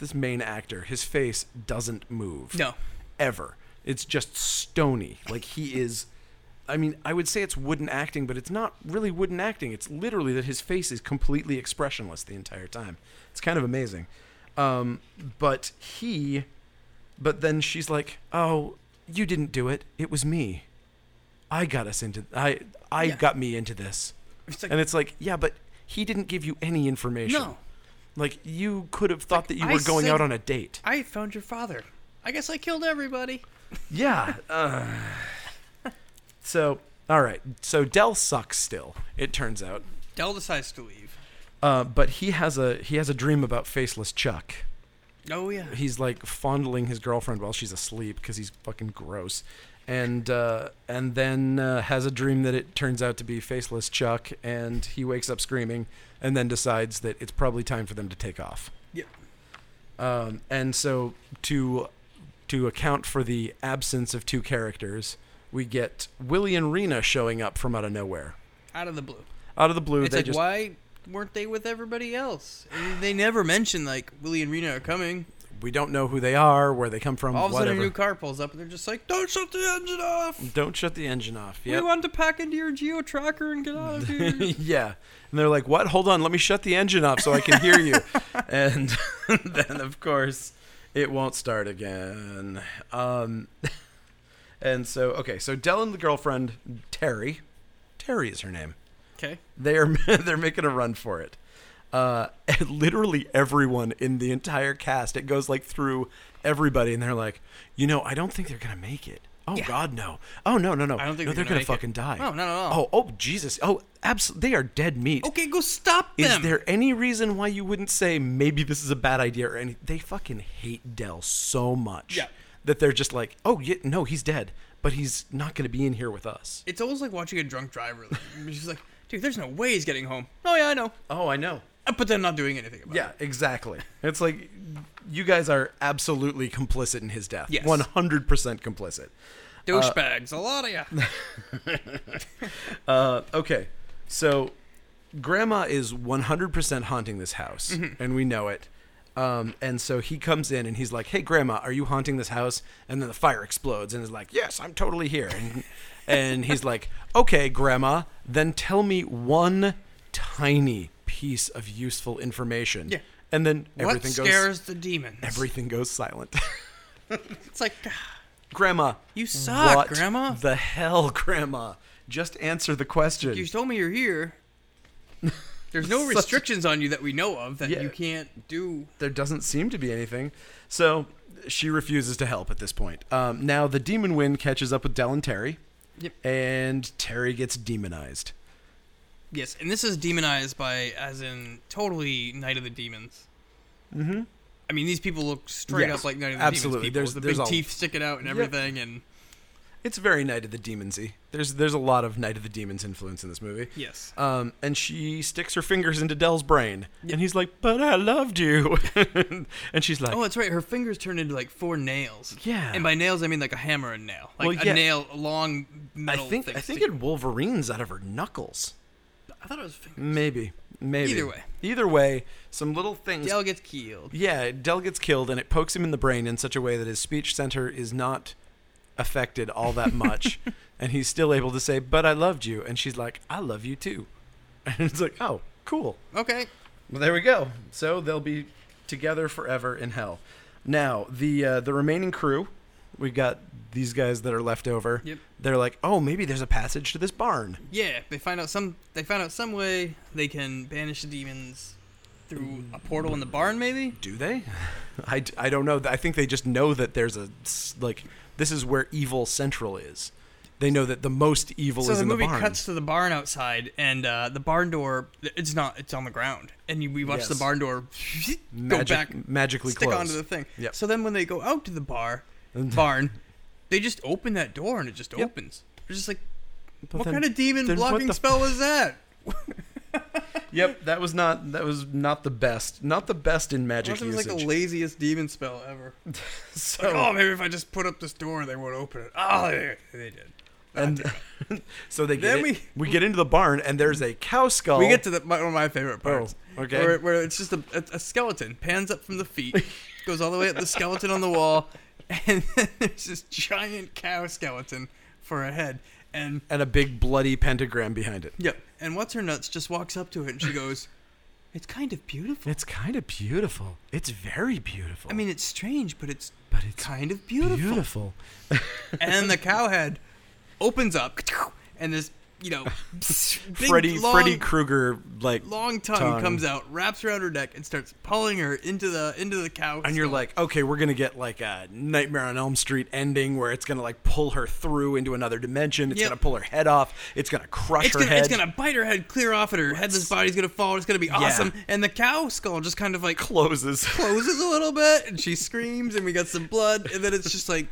this main actor, his face doesn't move
no,
ever. It's just stony. Like he is. I mean, I would say it's wooden acting, but it's not really wooden acting. It's literally that his face is completely expressionless the entire time. It's kind of amazing. Um, but he, but then she's like, "Oh, you didn't do it. It was me. I got us into. I I
Yeah.
got me into this."
it's like
And it's like, yeah, but he didn't give you any information.
no.
Like you could have thought that you
I
were going
said-
out on a date.
I found your father. I guess I killed everybody.
Yeah. Uh. So, all right. So Dell sucks still. It turns out,
Dell decides to leave.
uh, but he has a he has a dream about faceless Chuck.
Oh yeah.
He's like fondling his girlfriend while she's asleep because he's fucking gross, and uh, and then uh, has a dream that it turns out to be faceless Chuck, and he wakes up screaming, and then decides that it's probably time for them to take off.
Yep.
Um, and so to to account for the absence of two characters, we get Willie and Rena showing up from out of nowhere,
Out of the blue.
out of the blue.
It's
they
like
just
why weren't they with everybody else? And They never mention like Willie and Rena are coming.
we don't know who they are, where they come from,
All of a sudden,
whatever.
a new car pulls up, and they're just like, "Don't shut the engine off.
don't shut the engine off.
We
Yep.
wanted to pack into your Geo Tracker and get out of here."
yeah. And they're like, "What? Hold on, let me shut the engine off so I can hear you." and then of course, it won't start again. Um and so okay, so Dell and the girlfriend Terry, Terry is her name.
okay.
They are they're making a run for it. Uh, and literally everyone in the entire cast. It goes like through everybody, and they're like, you know, I don't think they're gonna make it. Oh
Yeah.
God, no. Oh no, no, no.
I don't think
no, they're
they're gonna
gonna,
make it.
fucking die.
No, not at all.
Oh, oh Jesus. Oh, absolutely. They are dead meat.
Okay, go stop
Is
them.
there any reason why you wouldn't say maybe this is a bad idea or any? They fucking hate Dell so much
Yeah.
that they're just like, oh yeah, no, he's dead, but he's not gonna be in here with us.
it's almost like watching a drunk driver. She's like, "Dude, there's no way he's getting home." Oh yeah, I know.
Oh, I know.
Uh, But they're not doing anything about it.
Yeah, exactly. It's like you guys are absolutely complicit in his death.
Yes.
100% complicit.
Douchebags, a lot of ya.
Uh, okay, so Grandma is 100% haunting this house,
Mm-hmm.
and we know it. Um, and so he comes in and he's like, Hey, Grandma, are you haunting this house? And then the fire explodes and is like, Yes, I'm totally here. And, and he's like, Okay, Grandma, then tell me one tiny piece of useful information.
Yeah.
And then
What
everything goes.
scares the demons?
Everything goes silent.
It's like,
Grandma,
You suck,
what
Grandma.
The hell, Grandma. Just answer the question.
you told me you're here. There's no
Such-
restrictions on you that we know of that
Yeah.
you can't do.
there doesn't seem to be anything. So she refuses to help at this point. Um, now the demon wind catches up with Dell and Terry,
Yep.
and Terry gets demonized.
Yes, and this is demonized by, as in, totally Night of the Demons. Mm-hmm. I mean, these people look straight
Yes,
up like Night of the
absolutely.
Demons people.
There's-
with the
there's
big
all-
teeth sticking out and everything, and
It's very Night of the Demonsy. There's there's a lot of Night of the Demons influence in this movie.
yes,
Um, and she sticks her fingers into Dell's brain, and he's like, "But I loved you," and she's like,
Oh, that's right. Her fingers turned into like four nails.
Yeah.
And by nails, I mean like a hammer and nail, like
Well,
a
yeah.
nail, a long
"I
metal
think
thing.
I think
sticking-
it Wolverines out of her knuckles."
I thought it was fingers.
Maybe. Maybe.
Either way.
Either way, some little things.
Dell gets keeled.
yeah, Dell gets killed, and it pokes him in the brain in such a way that his speech center is not affected all that much, and he's still able to say, "But I loved you," and she's like, "I love you too," and it's like, "Oh, cool."
Okay.
Well, there we go. So they'll be together forever in hell. Now the uh, the remaining crew, We've got these guys that are left over.
Yep.
They're like, oh, maybe there's a passage to this barn.
Yeah, they find out some. They find out some way they can banish the demons through a portal in the barn, maybe.
Do they? I, d- I don't know. I think they just know that there's a s- like this is where evil central is. They know that the most evil
So
is
the
in
movie
the barn.
cuts to the barn outside, and uh, the barn door. It's not. It's on the ground, and you, we watch the
Yes.
barn door
Magic-
go back,
magically
stick
close.
onto the thing.
Yep.
So then when they go out to the bar barn, they just open that door and it just
Yep.
opens. They're just like,
But
what
then-
kind of demon
then what
blocking
the
spell was that?
Yep, that was not that was not the best. Not the best in
It
magic
was like
usage.
the laziest demon spell ever.
so,
Like, oh, maybe if I just put up this door, they won't open it. Oh, they, they did.
and so they get
Then
in- we,
we-
get into the barn and there's a cow skull.
We get to the, my, one of my favorite
Oh.
parts.
okay.
Where, where it's just a, a, a skeleton pans up from the feet, goes all the way up the skeleton on the wall, and then there's this giant cow skeleton for a head. And
and a big bloody pentagram behind it.
yep. And what's her nuts just walks up to it and she goes, "It's kind of beautiful.
It's kind of beautiful. It's very beautiful.
I mean, it's strange, but it's
but it's
kind of beautiful." And then the cow head opens up, and this you know big,
Freddy
long,
Freddy Krueger like
long tongue,
tongue.
comes out, wraps around her neck, and starts pulling her into the into the cow.
and you're
skull.
like, okay, we're gonna get like a Nightmare on Elm Street ending where it's gonna like pull her through into another dimension. It's
Yep.
gonna pull her head off. It's gonna crush
It's
her
gonna,
head.
it's gonna bite her head clear off, and her headless body's gonna fall. It's gonna be awesome. And the cow skull just kind of like
closes.
closes a little bit, and she screams, and we got some blood, and then it's just like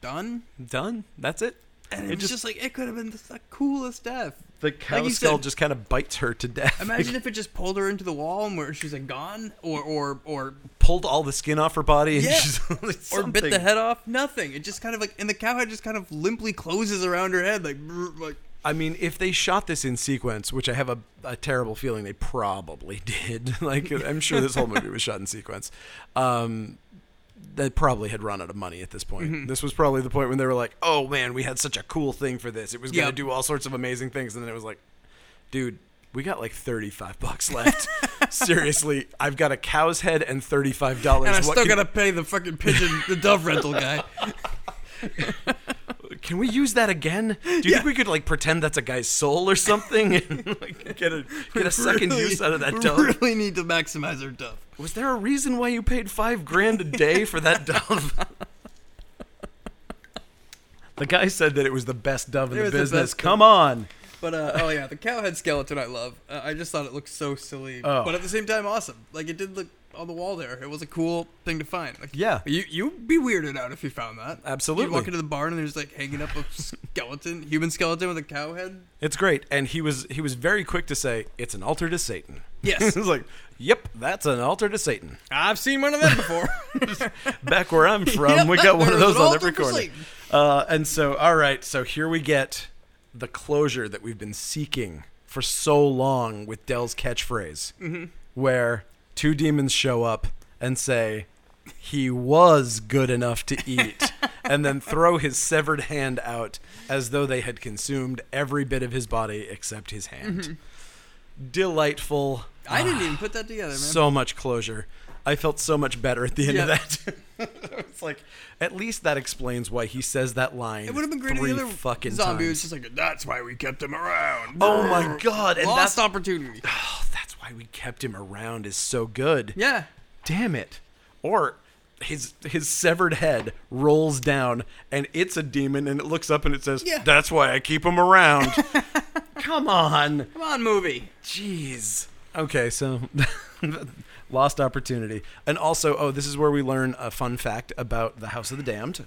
done.
Done. That's it.
And
It
it was
just-
just, like it could have been the coolest death.
The cow
you
skull
said-
just kind of bites her to death.
Imagine if it just pulled her into the wall and where she's like gone, or or or
pulled all the skin off her body and
Yeah.
she's like
or bit the
something.
head off. Nothing. It just kind of like, and the cow head just kind of limply closes around her head, like brr, like.
I mean, if they shot this in sequence, which I have a, a terrible feeling they probably did, like I'm sure this whole movie was shot in sequence, um, they probably had run out of money at this point.
Mm-hmm.
This was probably the point when they were like, "Oh man, we had such a cool thing for this. It was going to
Yep.
do all sorts of amazing things," and then it was like, "Dude." We got like thirty-five bucks left. Seriously, I've got a cow's head and thirty-five dollars.
And I still gotta pay the fucking pigeon, the dove rental guy.
Can we use that again? Do you think we could like pretend that's a guy's soul or something and like, get a get a second
Really-
use out of that
we
dove?
Really need to maximize our dove.
Was there a reason why you paid five grand a day for that dove? the guy said that it was the best dove in
It
the
was the
business.
best
Come on.
But uh, oh yeah, the cowhead skeleton I love. Uh, I just thought it looked so silly,
Oh.
but at the same time awesome. Like it did look on the wall there. It was a cool thing to find. Like
Yeah.
you you'd be weirded out if you found that.
Absolutely.
You walk into the barn and there's like hanging up a skeleton, human skeleton with a cow head.
It's great. And he was he was very quick to say, It's an altar to Satan.
Yes.
he was like, Yep, that's an altar to Satan.
I've seen one of them before.
Back where I'm from,
Yeah,
we
that-
got one
there
of
was
those
an
on
altar
every
for
corner.
Satan.
Uh, and so, all right, so here we get the closure that we've been seeking for so long with Dell's catchphrase,
Mm-hmm.
where two demons show up and say, he was good enough to eat, and then throw his severed hand out as though they had consumed every bit of his body except his hand. Delightful.
Mm-hmm. I didn't even put that together, man.
Ah. So much closure. I felt so much better at the end of
Yeah.
that. it's like at least that explains why he says that line.
it would have been great if
three
the other
fucking
zombie was
times.
just like, that's why we kept him around.
Oh my god! And
Lost
that's
opportunity.
oh, that's why we kept him around is so good.
Yeah.
Damn it! Or his his severed head rolls down and it's a demon and it looks up and it says,
Yeah.
"That's why I keep him around." Come on.
Come on, movie.
Jeez. Okay, so lost opportunity. And also, oh, this is where we learn a fun fact about the House of the Damned.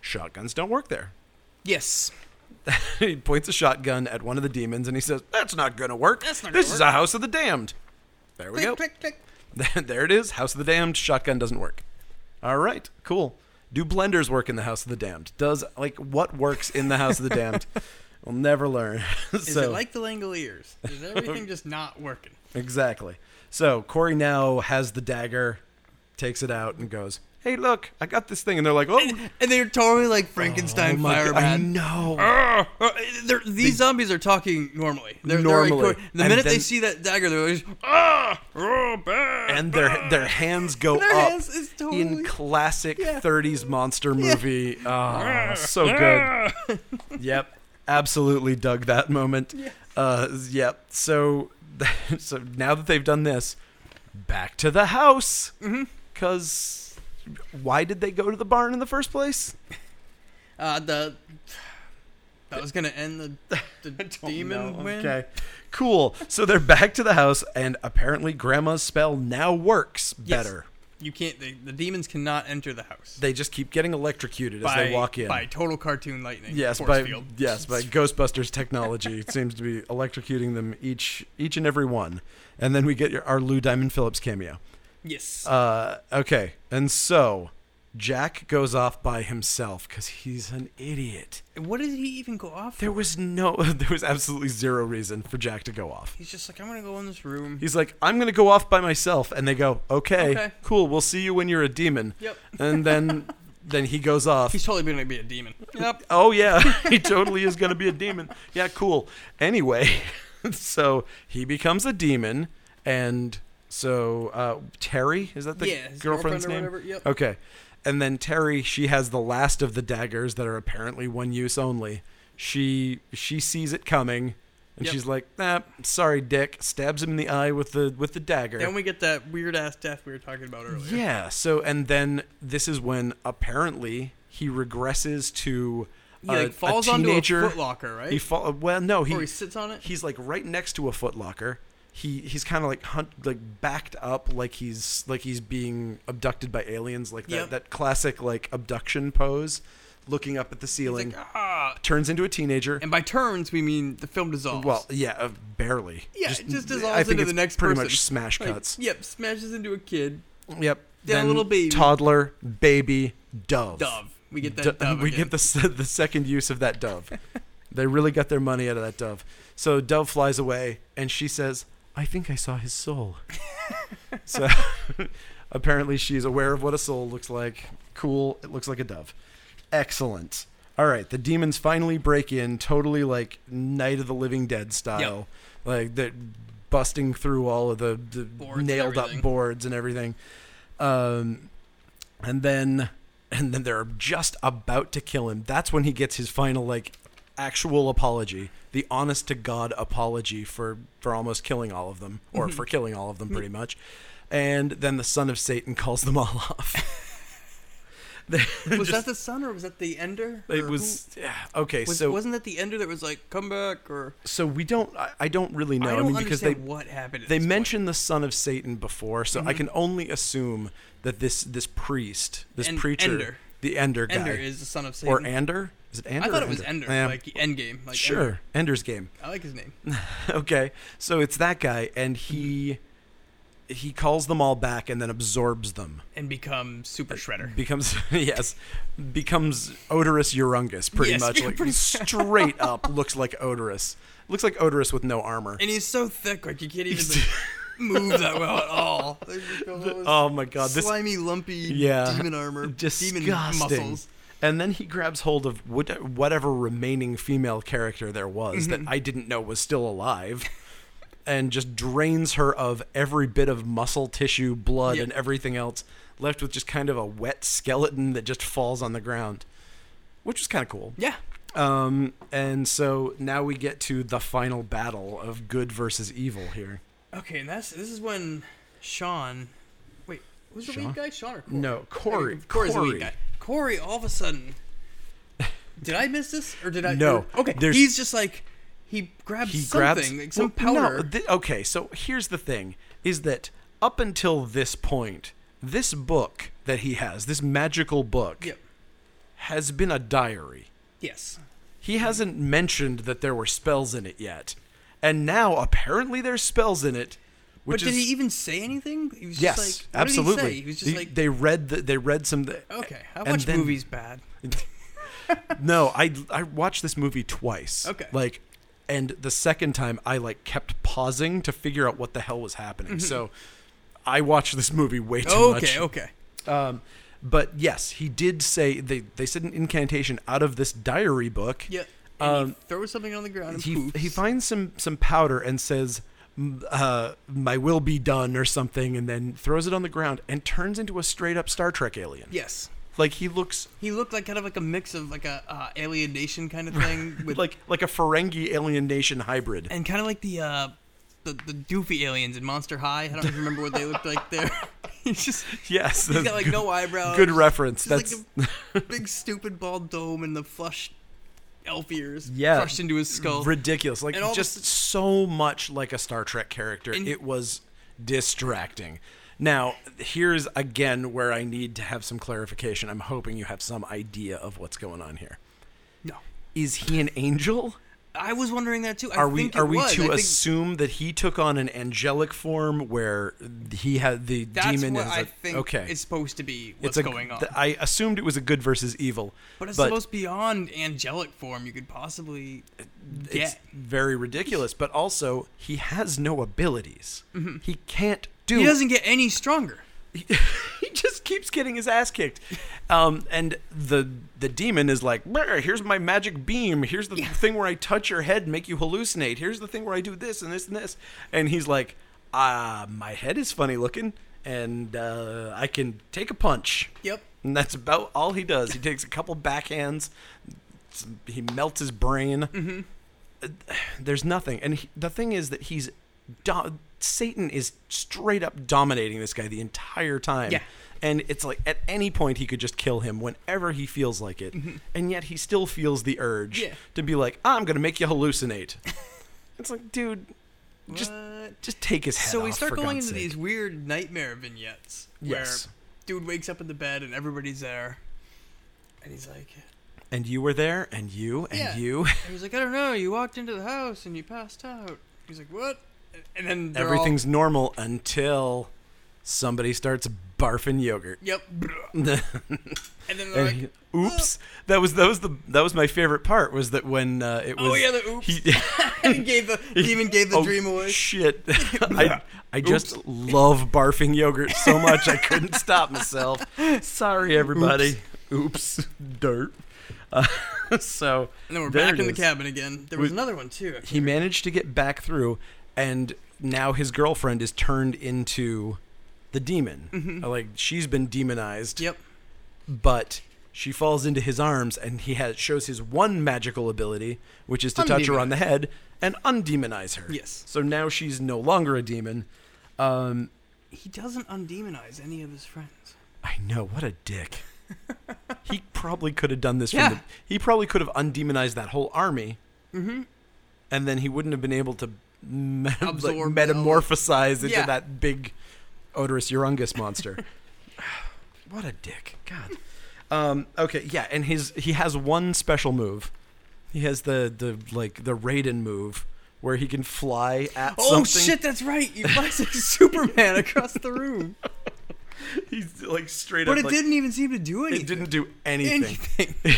Shotguns don't work there.
Yes.
he points a shotgun at one of the demons and he says, "That's not going to work.
That's not gonna
this is a House of the Damned." There we go.
click, click.
there it is. House of the Damned. Shotgun doesn't work. All right, cool. Do blenders work in the House of the Damned? Does like what works in the House of the Damned? We'll never learn.
Is
so,
it like the Langoliers? Is everything just not working?
Exactly. So Corey now has the dagger. takes it out and goes, "Hey, look, I got this thing." And they're like, "Oh,
And, and they're totally like Frankenstein
my God, I
fireman.
know."
Arr! Arr! They're- these zombies are talking normally. They're, They're
Normally.
like, the
And
minute they
then-
see that dagger, they're like, ah, oh, bad.
and their their hands go
Their
up
hands is totally-
Oh, in classic
Yeah.
30s monster movie. Ah, so good. Yep. Absolutely dug that moment. Uh yep. So so now that they've done this, back to the house.
Mm-hmm.
Cuz why did they go to the barn in the first place?
Uh, the that was gonna end the, the demon win.
Okay. Cool. So they're back to the house and apparently grandma's spell now works
Yes.
better.
You can't. The, the demons cannot enter the house
They just keep getting electrocuted
by
as they walk in.
by total cartoon lightning.
Yes,
force
by
field.
yes, by Ghostbusters technology it seems to be electrocuting them each each and every one, and then we get your, our Lou Diamond Phillips cameo.
yes.
Uh, okay, and so Jack goes off by himself because he's an idiot.
what did he even go off?
There
for?
was no, there was absolutely zero reason for Jack to go off.
He's just like, I'm gonna go in this room.
He's like, I'm gonna go off by myself, and they go, okay,
Okay.
cool, we'll see you when you're a demon.
Yep.
And then, then he goes off.
He's totally gonna be a demon. Yep.
Oh yeah, he totally is going to be a demon. Yeah, cool. Anyway, so he becomes a demon, and so uh, Terry is that the
yeah. his
girlfriend's
girlfriend or
name?
Whatever. Yep.
Okay, and then Terry, she has the last of the daggers that are apparently one use only. She she sees it coming, and
Yep.
she's like, "Nah, sorry, Dick." Stabs him in the eye with the with the dagger.
Then we get that weird ass death we were talking about earlier.
Yeah. So, and then this is when apparently he regresses to
He
Uh, a,
like falls
a
onto a
teenager.
footlocker, right?
He fall. Well, no, he,
or he sits on it.
he's like right next to a footlocker. He he's kind of like hunt like backed up, like he's like he's being abducted by aliens, like that
Yep.
that classic like abduction pose, looking up at the
He's
ceiling.
like, ah.
turns into a teenager.
And by turns, we mean the film dissolves.
Well, yeah, uh, barely.
Yeah, it just dissolves
I think
into
it's
the next
pretty
person.
much smash
Like,
cuts.
yep, smashes into a kid.
Yep.
Yeah,
then
little baby.
toddler, baby, dove.
Dove. We get that
Do-
dove.
we
again.
get the se- the second use of that dove. they really got their money out of that dove. So dove flies away, and she says, "I think I saw his soul." so apparently, she's aware of what a soul looks like. Cool. It looks like a dove. Excellent. All right, the demons finally break in, totally like Night of the Living Dead style, like they're busting through all of the, the
Boards and
nailed up
everything.
boards and everything. Um, and then and then they're just about to kill him. That's when he gets his final like actual apology, the honest to god apology for for almost killing all of them or
Mm-hmm.
for killing all of them pretty much. And then the son of Satan calls them all off. They-
was
just-
that the son or was that the ender? Or
it
who-
was yeah, okay.
was
so
wasn't that the ender that was like come back or
so we don't. I, I don't really know.
I
I,
don't
mean, because
understand
they
what happened. At
they
this Mm-hmm.
mentioned the son of Satan before, so I can only assume that this this priest, this
And-
preacher,
Ender.
the Ender guy,
point. ender is the son of Satan.
or Ander? Is it Ander?
I thought
or
it was Ender,
Yeah.
like the end game. Like
sure,
Ender.
Ender's game.
I like his name.
okay, so it's that guy, and he he calls them all back and then absorbs them.
And become Super Shredder.
Becomes yes, becomes odorous Urungus pretty
Yes,
much. Like
pretty-
straight up looks like odorous. Looks like odorous with no armor.
And he's so thick, like you can't even move that well at all. Like, you know, those
Oh my god, this
slimy, lumpy
yeah,
demon armor,
disgusting.
demon muscles.
And then he grabs hold of what- whatever remaining female character there was
Mm-hmm.
that I didn't know was still alive, and just drains her of every bit of muscle tissue, blood,
Yep.
and everything else, left with just kind of a wet skeleton that just falls on the ground, which was kind of cool.
Yeah,
Um, and so now we get to the final battle of good versus evil here.
Okay, and that's this is when Sean, wait, was the
Sean?
lead guy Sean or Corey?
No, Corey.
Okay, Corey's the
Corey.
lead guy. Corey, all of a sudden, did I miss this or did I?
No,
Okay,
there's-
he's just like he grabs
he
something,
grabs
like some
well, no, uh,
powder.
thi- okay, so here's the thing: is that up until this point, this book that he has, this magical book,
Yep.
has been a diary.
Yes.
He hasn't mentioned that there were spells in it yet, and now apparently there's spells in it.
But
Which
did
is,
he even say anything? He was
Yes,
just like, what
absolutely.
Did he, say? he was just
They-
like,
they read the, they read some.
okay, I
and
watch
then-
movies bad.
no, I I watched this movie twice.
Okay.
Like and the second time I like kept pausing to figure out what the hell was happening. so I watched this movie way too much.
Mm-hmm. Okay, oh. okay.
Um, but yes, he did say they they said an incantation out of this diary book.
Yeah. And
Um,
he throws something on the ground and
he
poops.
he finds some some powder and says, "M- uh, "My will be done" or something, and then throws it on the ground and turns into a straight up Star Trek alien.
yes.
Like he looks
He looked like kind of like a mix of like a uh, alienation kind of thing with
like like a Ferengi alien nation hybrid.
and kind of like the uh the, the doofy aliens in Monster High. I don't even remember what they looked like there. he's just
yes,
he's
that's
got like
good,
no eyebrows.
good reference.
Just
That's
like a big stupid bald dome and the flush elf ears
Yeah.
crushed into his skull.
ridiculous. Like
And all of a
just
sudden-
so much like a Star Trek character.
And-
it was distracting. Now, here's again where I need to have some clarification. I'm hoping you have some idea of what's going on here.
no.
Is he an angel?
I was wondering that too. I
Are we
think it
are we
was.
to
I think
assume that he took on an angelic form where he had the
that's
demon
what
is
I
a-
think
okay.
is supposed to be
It's
what's
a-
going on.
th- I assumed it was a good versus evil.
But it's the most beyond angelic form you could possibly
it's
get.
very ridiculous. But also, he has no abilities. He can't do.
Mm-hmm. He doesn't get any stronger.
he just keeps getting his ass kicked. Um, and the the demon is like, "Brr, here's my magic beam. Here's the thing where I touch your head, and make you hallucinate. Here's the thing where I do this and this and this. And he's like, ah, my head is funny looking, and uh, I can take a punch.
Yep.
And that's about all he does. He takes a couple backhands. s- He melts his brain.
Mm-hmm.
Uh, There's nothing. And he, the thing is that he's do- Satan is straight up dominating this guy the entire time.
Yeah.
And it's like at any point he could just kill him whenever he feels like it. And yet he still feels the urge
Mm-hmm. Yeah.
to be like, "I'm going to make you hallucinate." it's like, dude, just
What?
just take his head
so we
off,
start
for
going
God's
into
sake.
these weird nightmare vignettes where
Yes.
dude wakes up in the bed and everybody's there, and he's like,
And you were there and you and
Yeah.
you
and he's like, I don't know. You walked into the house and you passed out. He's like, what? And then they're all-
Everything's normal until somebody starts barfing yogurt.
yep.
and
And then they're like,
he- oops, that was that was the that was my favorite part was that when uh, it was
oh yeah, the oops.
he
and he gave the demon gave the
oh,
dream away.
Shit, I I just love barfing yogurt so much I couldn't stop myself. Sorry everybody. Oops, dirt. Uh, so
And then we're
there
back
it
in the
is.
cabin again. There was
We-
another one too.
he managed to get back through and now his girlfriend is turned into the demon
Mm-hmm.
Uh, like she's been demonized
Yep.
but she falls into his arms and he has shows his one magical ability which is to touch her on the head and undemonize her
Yes.
so now she's no longer a demon um
He doesn't undemonize any of his friends.
i know what a dick he probably could have done this
Yeah.
from the he probably could have undemonized that whole army
Mm-hmm.
and then he wouldn't have been able to me- like,
Absorb the
metamorphosize into
Yeah.
that big odorous urungus monster. what a dick! God. Um, okay, yeah, and his he has one special move. He has the the like the Raiden move where he can fly at
Oh
something.
shit, that's right. He flies like Superman across the room.
He's like straight
But
up.
it
like,
didn't even seem to do anything.
It didn't do anything.
anything.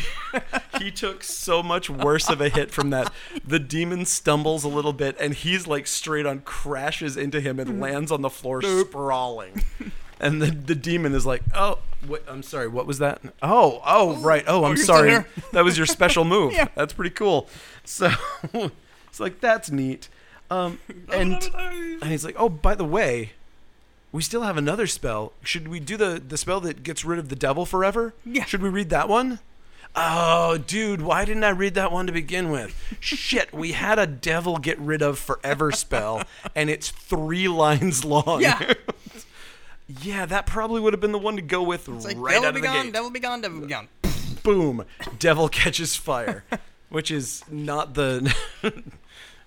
he took so much worse of a hit from that. The demon stumbles a little bit, and he's like straight on crashes into him and lands on the floor sprawling. And the, the demon is like, oh, wait, I'm sorry, what was that? Oh, oh, right. Oh, I'm
you're still
sorry.
here.
That was your special move.
Yeah.
That's pretty cool. So it's like, that's neat. Um, and, and he's like, oh, by the way, we still have another spell. Should we do the, the spell that gets rid of the devil forever?
Yeah.
Should we read that one? Oh, dude, why didn't I read that one to begin with? Shit, we had a devil get rid of forever spell, and it's three lines long.
Yeah.
Yeah, that probably would have been the one to go with
It's like
right
devil
out
be
of the
gone,
gate.
devil be gone, devil be gone.
Boom, devil catches fire, which is not the,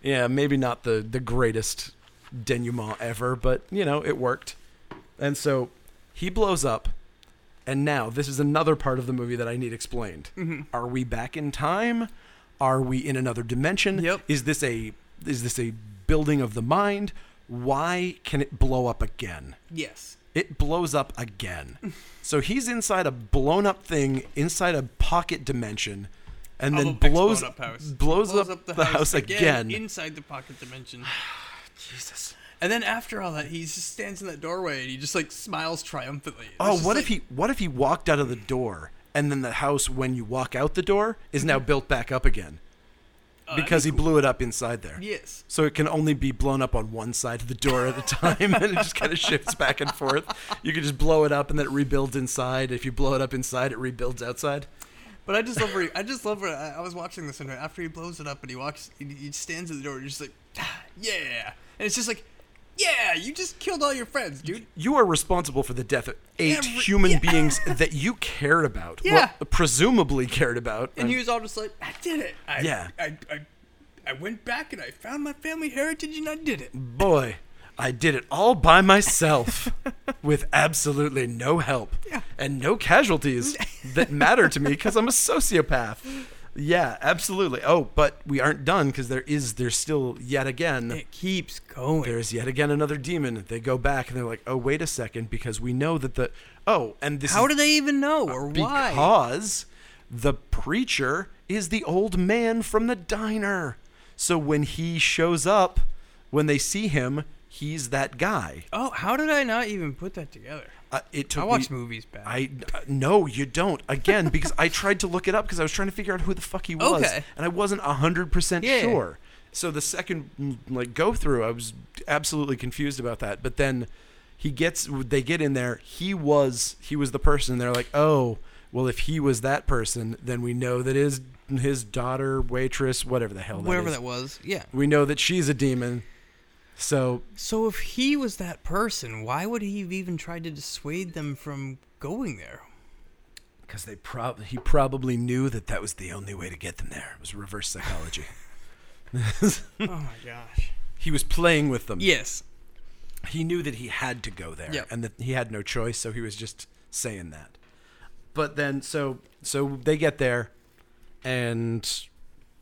yeah, maybe not the the greatest denouement ever, but you know it worked, and so he blows up, and now this is another part of the movie that I need explained. Are we back in time? Are we in another dimension?
Yep.
Is this a is this a building of the mind? Why can it blow up again?
Yes.
it blows up again. so he's inside a blown up thing inside a pocket dimension and
Of
then
a big
blows
blown up house.
blows, up, the house, again.
inside the pocket dimension.
Jesus.
And then after all that, he just stands in that doorway and he just like smiles triumphantly. It's
Oh,
just
what
like-
if he what if he walked out of the door and then the house when you walk out the door is now built back up again
Oh, that'd
because he blew it up inside there.
be- yes,
So it can only be blown up on one side of the door at a time and it just kind of shifts back and forth. You can just blow it up and then it rebuilds inside. If you blow it up inside, it rebuilds outside.
but I just love where he, I just love where I, I was watching this and after he blows it up and he walks, he, he stands at the door and he's just like, "Ah, yeah, and it's just like, yeah, you just killed all your friends, dude.
You are responsible for the death of eight
Every-
human
yeah.
beings that you cared about.
Yeah.
Well, presumably cared about.
And he was all just like, I did it. I,
Yeah.
I, I, I went back and I found my family heritage and I did it.
boy, I did it all by myself with absolutely no help
Yeah.
and no casualties that matter to me because I'm a sociopath. Yeah, absolutely. Oh, but we aren't done because there is, there's still yet again,
It keeps going.
there's yet again another demon. They go back and they're like, oh, wait a second, because we know that the, oh, and this
How
is
do they even know or
Uh,
why?
because the preacher is the old man from the diner. So when he shows up, when they see him, he's that guy.
Oh, how did I not even put that together?
Uh, it took
I watch
me-
movies back.
I uh, no, you don't. Again, because I tried to look it up because I was trying to figure out who the fuck he was,
Okay.
and I wasn't hundred percent
Yeah.
sure. So the second mm, like go through, I was absolutely confused about that. But then he gets, they get in there. He was, he was the person. They're like, oh, well, if he was that person, then we know that his his daughter, waitress, whatever the hell,
Whatever
that, is,
that was. Yeah.
we know that she's a demon. So
So if he was that person, why would he have even tried to dissuade them from going there?
Because they prob- he probably knew that that was the only way to get them there. It was reverse psychology.
oh my gosh.
he was playing with them.
Yes.
He knew that he had to go there
Yep.
and that he had no choice, so he was just saying that. But then so so they get there and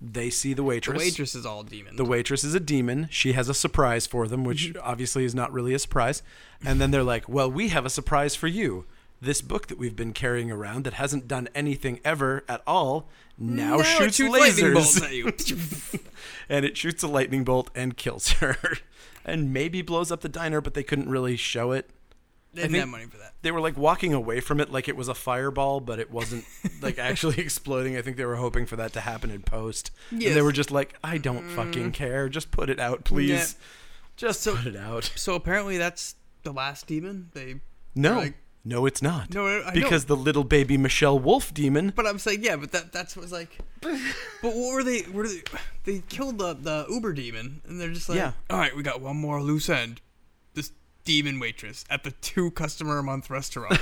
they see the
The
waitress.
waitress is all demon.
The waitress is a demon. She has a surprise for them, which obviously is not really a surprise. And then they're like, "Well, we have a surprise for you. This book that we've been carrying around that hasn't done anything ever at all now, shoots
lightning bolts
lasers,
at you.
and it shoots a lightning bolt and kills her, and maybe blows up the diner. But they couldn't really show it.
they didn't
think-
have money for that.
They were like walking away from it like it was a fireball, but it wasn't like actually exploding. I think they were hoping for that to happen in post. And they
Yes. Mm-hmm.
were just like, I don't fucking care. Just put it out, please. Just
So-
put it out.
So apparently that's the last demon. They
No.
like-
no, it's not.
No, I- I know.
because the little baby Michelle Wolf demon.
But I'm saying, yeah, but that that's what's like. But what were they? Were they? They killed the the Uber demon, and they're just like,
Yeah.
all right, we got one more loose end. This demon waitress at the two customer a month restaurant.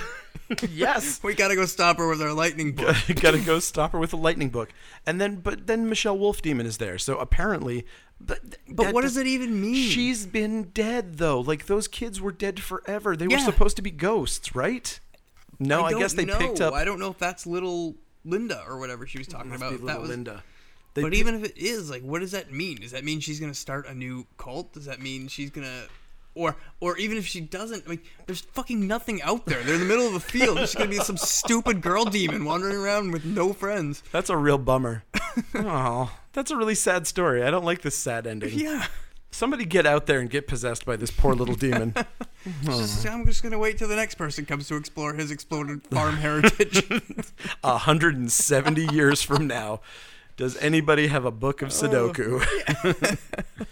yes.
we gotta go stop her with our lightning bolt.
Gotta go stop her with a lightning book. And then, but then Michelle Wolf demon is there. So apparently. But,
But what does it even mean?
She's been dead though. Like those kids were dead forever. They were
Yeah.
supposed to be ghosts, right? No, I,
don't
guess they
know.
picked up.
I don't know if that's little Linda or whatever she was talking
Must
about.
be
if
Little
that was.
Linda. They
But
pi-
even if it is, like, what does that mean? Does that mean she's gonna start a new cult? Does that mean she's gonna, or or even if she doesn't, like, there's fucking nothing out there. They're in the middle of a field. There's gonna be some stupid girl demon wandering around with no friends.
that's a real bummer. Oh, that's a really sad story. I don't like this sad ending.
Yeah,
Somebody get out there and get possessed by this poor little demon.
It's
Oh.
just- I'm just gonna wait till the next person comes to explore his exploded farm heritage.
170 years from now, does anybody have a book of Sudoku?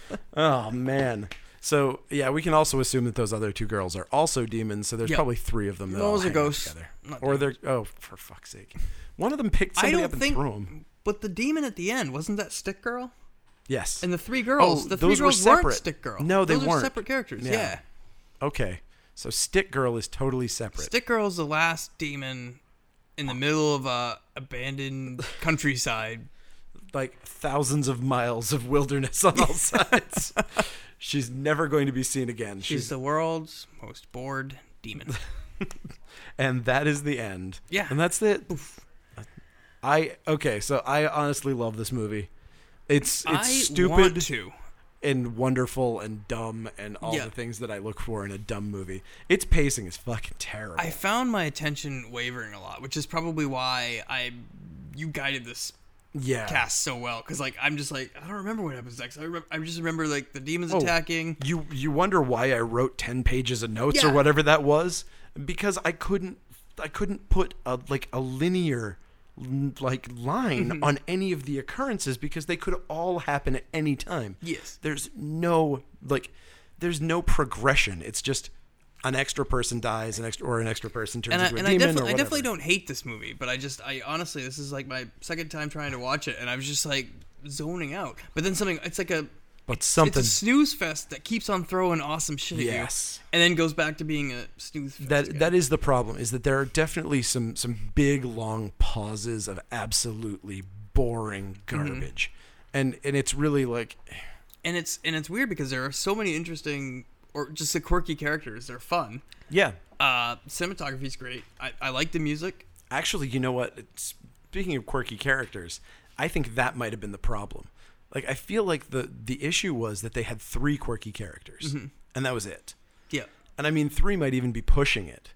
oh, man. So, yeah, we can also assume that those other two girls are also demons, so there's
Yeah.
probably three of them that all
Those are
hang out
ghosts,
together.
not
Or they're, oh, for fuck's sake. One of them picked
I
somebody up
don't
and
think.
threw him.
But the demon at the end wasn't that stick girl?
Yes.
And the three girls, the three
Oh, those were
girls weren't
separate.
stick girl.
No, they
Those are
weren't.
separate characters.
Yeah.
Yeah.
okay. So Stick Girl is totally separate.
Stick Girl's the last demon in the middle of a abandoned countryside.
like thousands of miles of wilderness on all sides. She's never going to be seen again.
She's
She's
the world's most bored demon.
and that is the end.
Yeah.
And that's it. I okay, so I honestly love this movie. It's it's
I
stupid
want to.
and wonderful and dumb and all
Yeah.
the things that I look for in a dumb movie. Its pacing is fucking terrible.
I found my attention wavering a lot, which is probably why I you guided this
yeah.
cast so well because like I'm just like I don't remember what happens next. I remember, I just remember like the demons
Oh.
attacking.
You you wonder why I wrote ten pages of notes or
Yeah.
whatever that was because I couldn't I couldn't put a like a linear l- like line
Mm-hmm.
on any of the occurrences because they could all happen at any time.
Yes.
There's no like there's no progression. It's just an extra person dies, an extra or an extra person turns
And, I,
into a
and I,
demon
defi-
or
I
whatever.
definitely don't hate this movie, but I just I honestly this is like my second time trying to watch it, and I was just like zoning out. But then something it's like a
But something
it's a snooze fest that keeps on throwing awesome shit at
Yes.
you, and then goes back to being a snooze fest.
that
again.
that is the problem is that there are definitely some some big long pauses of absolutely boring garbage and and it's really like
and it's and it's weird because there are so many interesting or just the quirky characters. They're fun.
yeah
Uh, cinematography's great. I, I like the music.
actually you know what It's- speaking of quirky characters i think that might have been the problem like i feel like the the issue was that they had three quirky characters and that was it
Yeah,
and i mean three might even be pushing it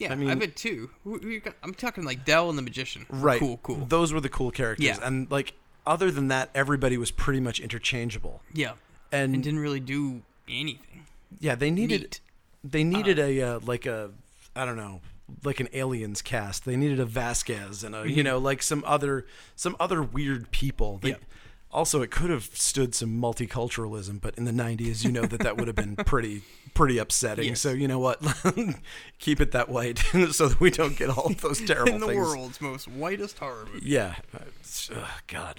yeah.
I
I
mean-
bet too. Who, who you got? I'm talking like Dell and the Magician.
right
Cool. Cool.
those were the cool characters
Yeah.
and like other than that everybody was pretty much interchangeable
yeah.
and
And didn't really do anything.
Yeah, they needed
Neat.
they needed a uh, like a I don't know like an aliens cast. They needed a Vasquez and a you know like some other some other weird people. They,
Mm-hmm. Yeah.
Also, it could have stood some multiculturalism, but in the '90s, you know that that would have been pretty pretty upsetting.
Yes.
So you know what, keep it that white so that we don't get all of those terrible
In the
things.
world's most whitest horror movie. Uh,
Yeah, Uh, It's- ugh, God,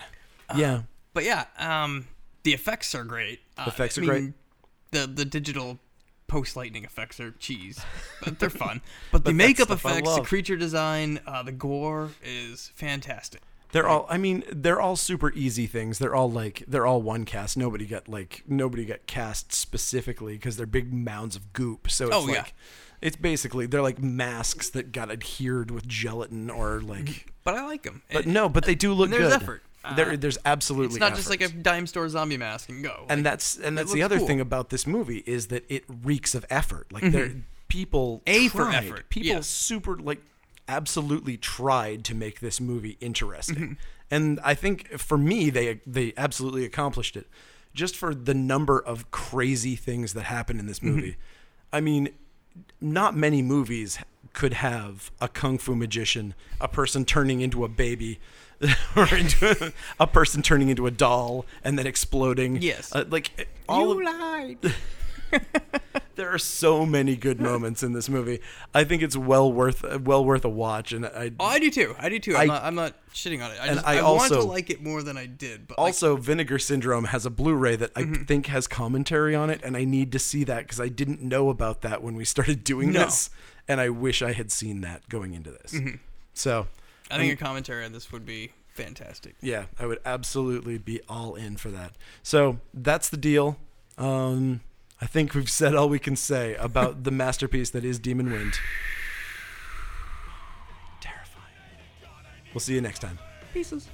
yeah,
But yeah, um, the effects are great. Uh,
Effects
I
are great.
mean, The the digital post lightning effects are cheese, but they're fun. But the makeup
stuff I
effects, the
love.
creature design, uh, the gore is fantastic.
They're all. I mean, they're all super easy things. They're all like they're all one cast. Nobody got like nobody got cast specifically because they're big mounds of goop. So it's
Oh,
like
yeah.
it's basically they're like masks that got adhered with gelatin or like.
But I like them.
But no, but they do look
there's
good.
effort.
there,
Uh,
there's absolutely.
it's not just like a
effort.
dime store zombie mask and go.
And that's and that's the
looks
other
cool.
thing about this movie is that it reeks of effort. Like there people
Mm-hmm. A for
tried.
effort,
People
yes.
super like absolutely tried to make this movie interesting.
Mm-hmm.
And I think for me they they absolutely accomplished it. Just for the number of crazy things that happen in this
Mm-hmm.
movie. I mean, not many movies could have a kung fu magician, a person turning into a baby, or into a person turning into a doll and then exploding.
Yes.
Uh, like all of,
lied.
there are so many good moments in this movie. I think it's well worth uh, well worth a watch, and I
Oh, I do too. I do too. I'm,
I-
not, I'm not shitting on it. I, just,
I
I, want to
also-
like it more than I did. But like,
also Vinegar Syndrome has a Blu-ray that I think has commentary on it, and I need to see that because I didn't know about that when we started doing
No.
this, and I wish I had seen that going into this. So.
I think a commentary on this would be fantastic.
yeah, I would absolutely be all in for that. So that's the deal. Um, I think we've said all we can say about the masterpiece that is Demon Wind. Terrifying. We'll see you next time.
Pieces.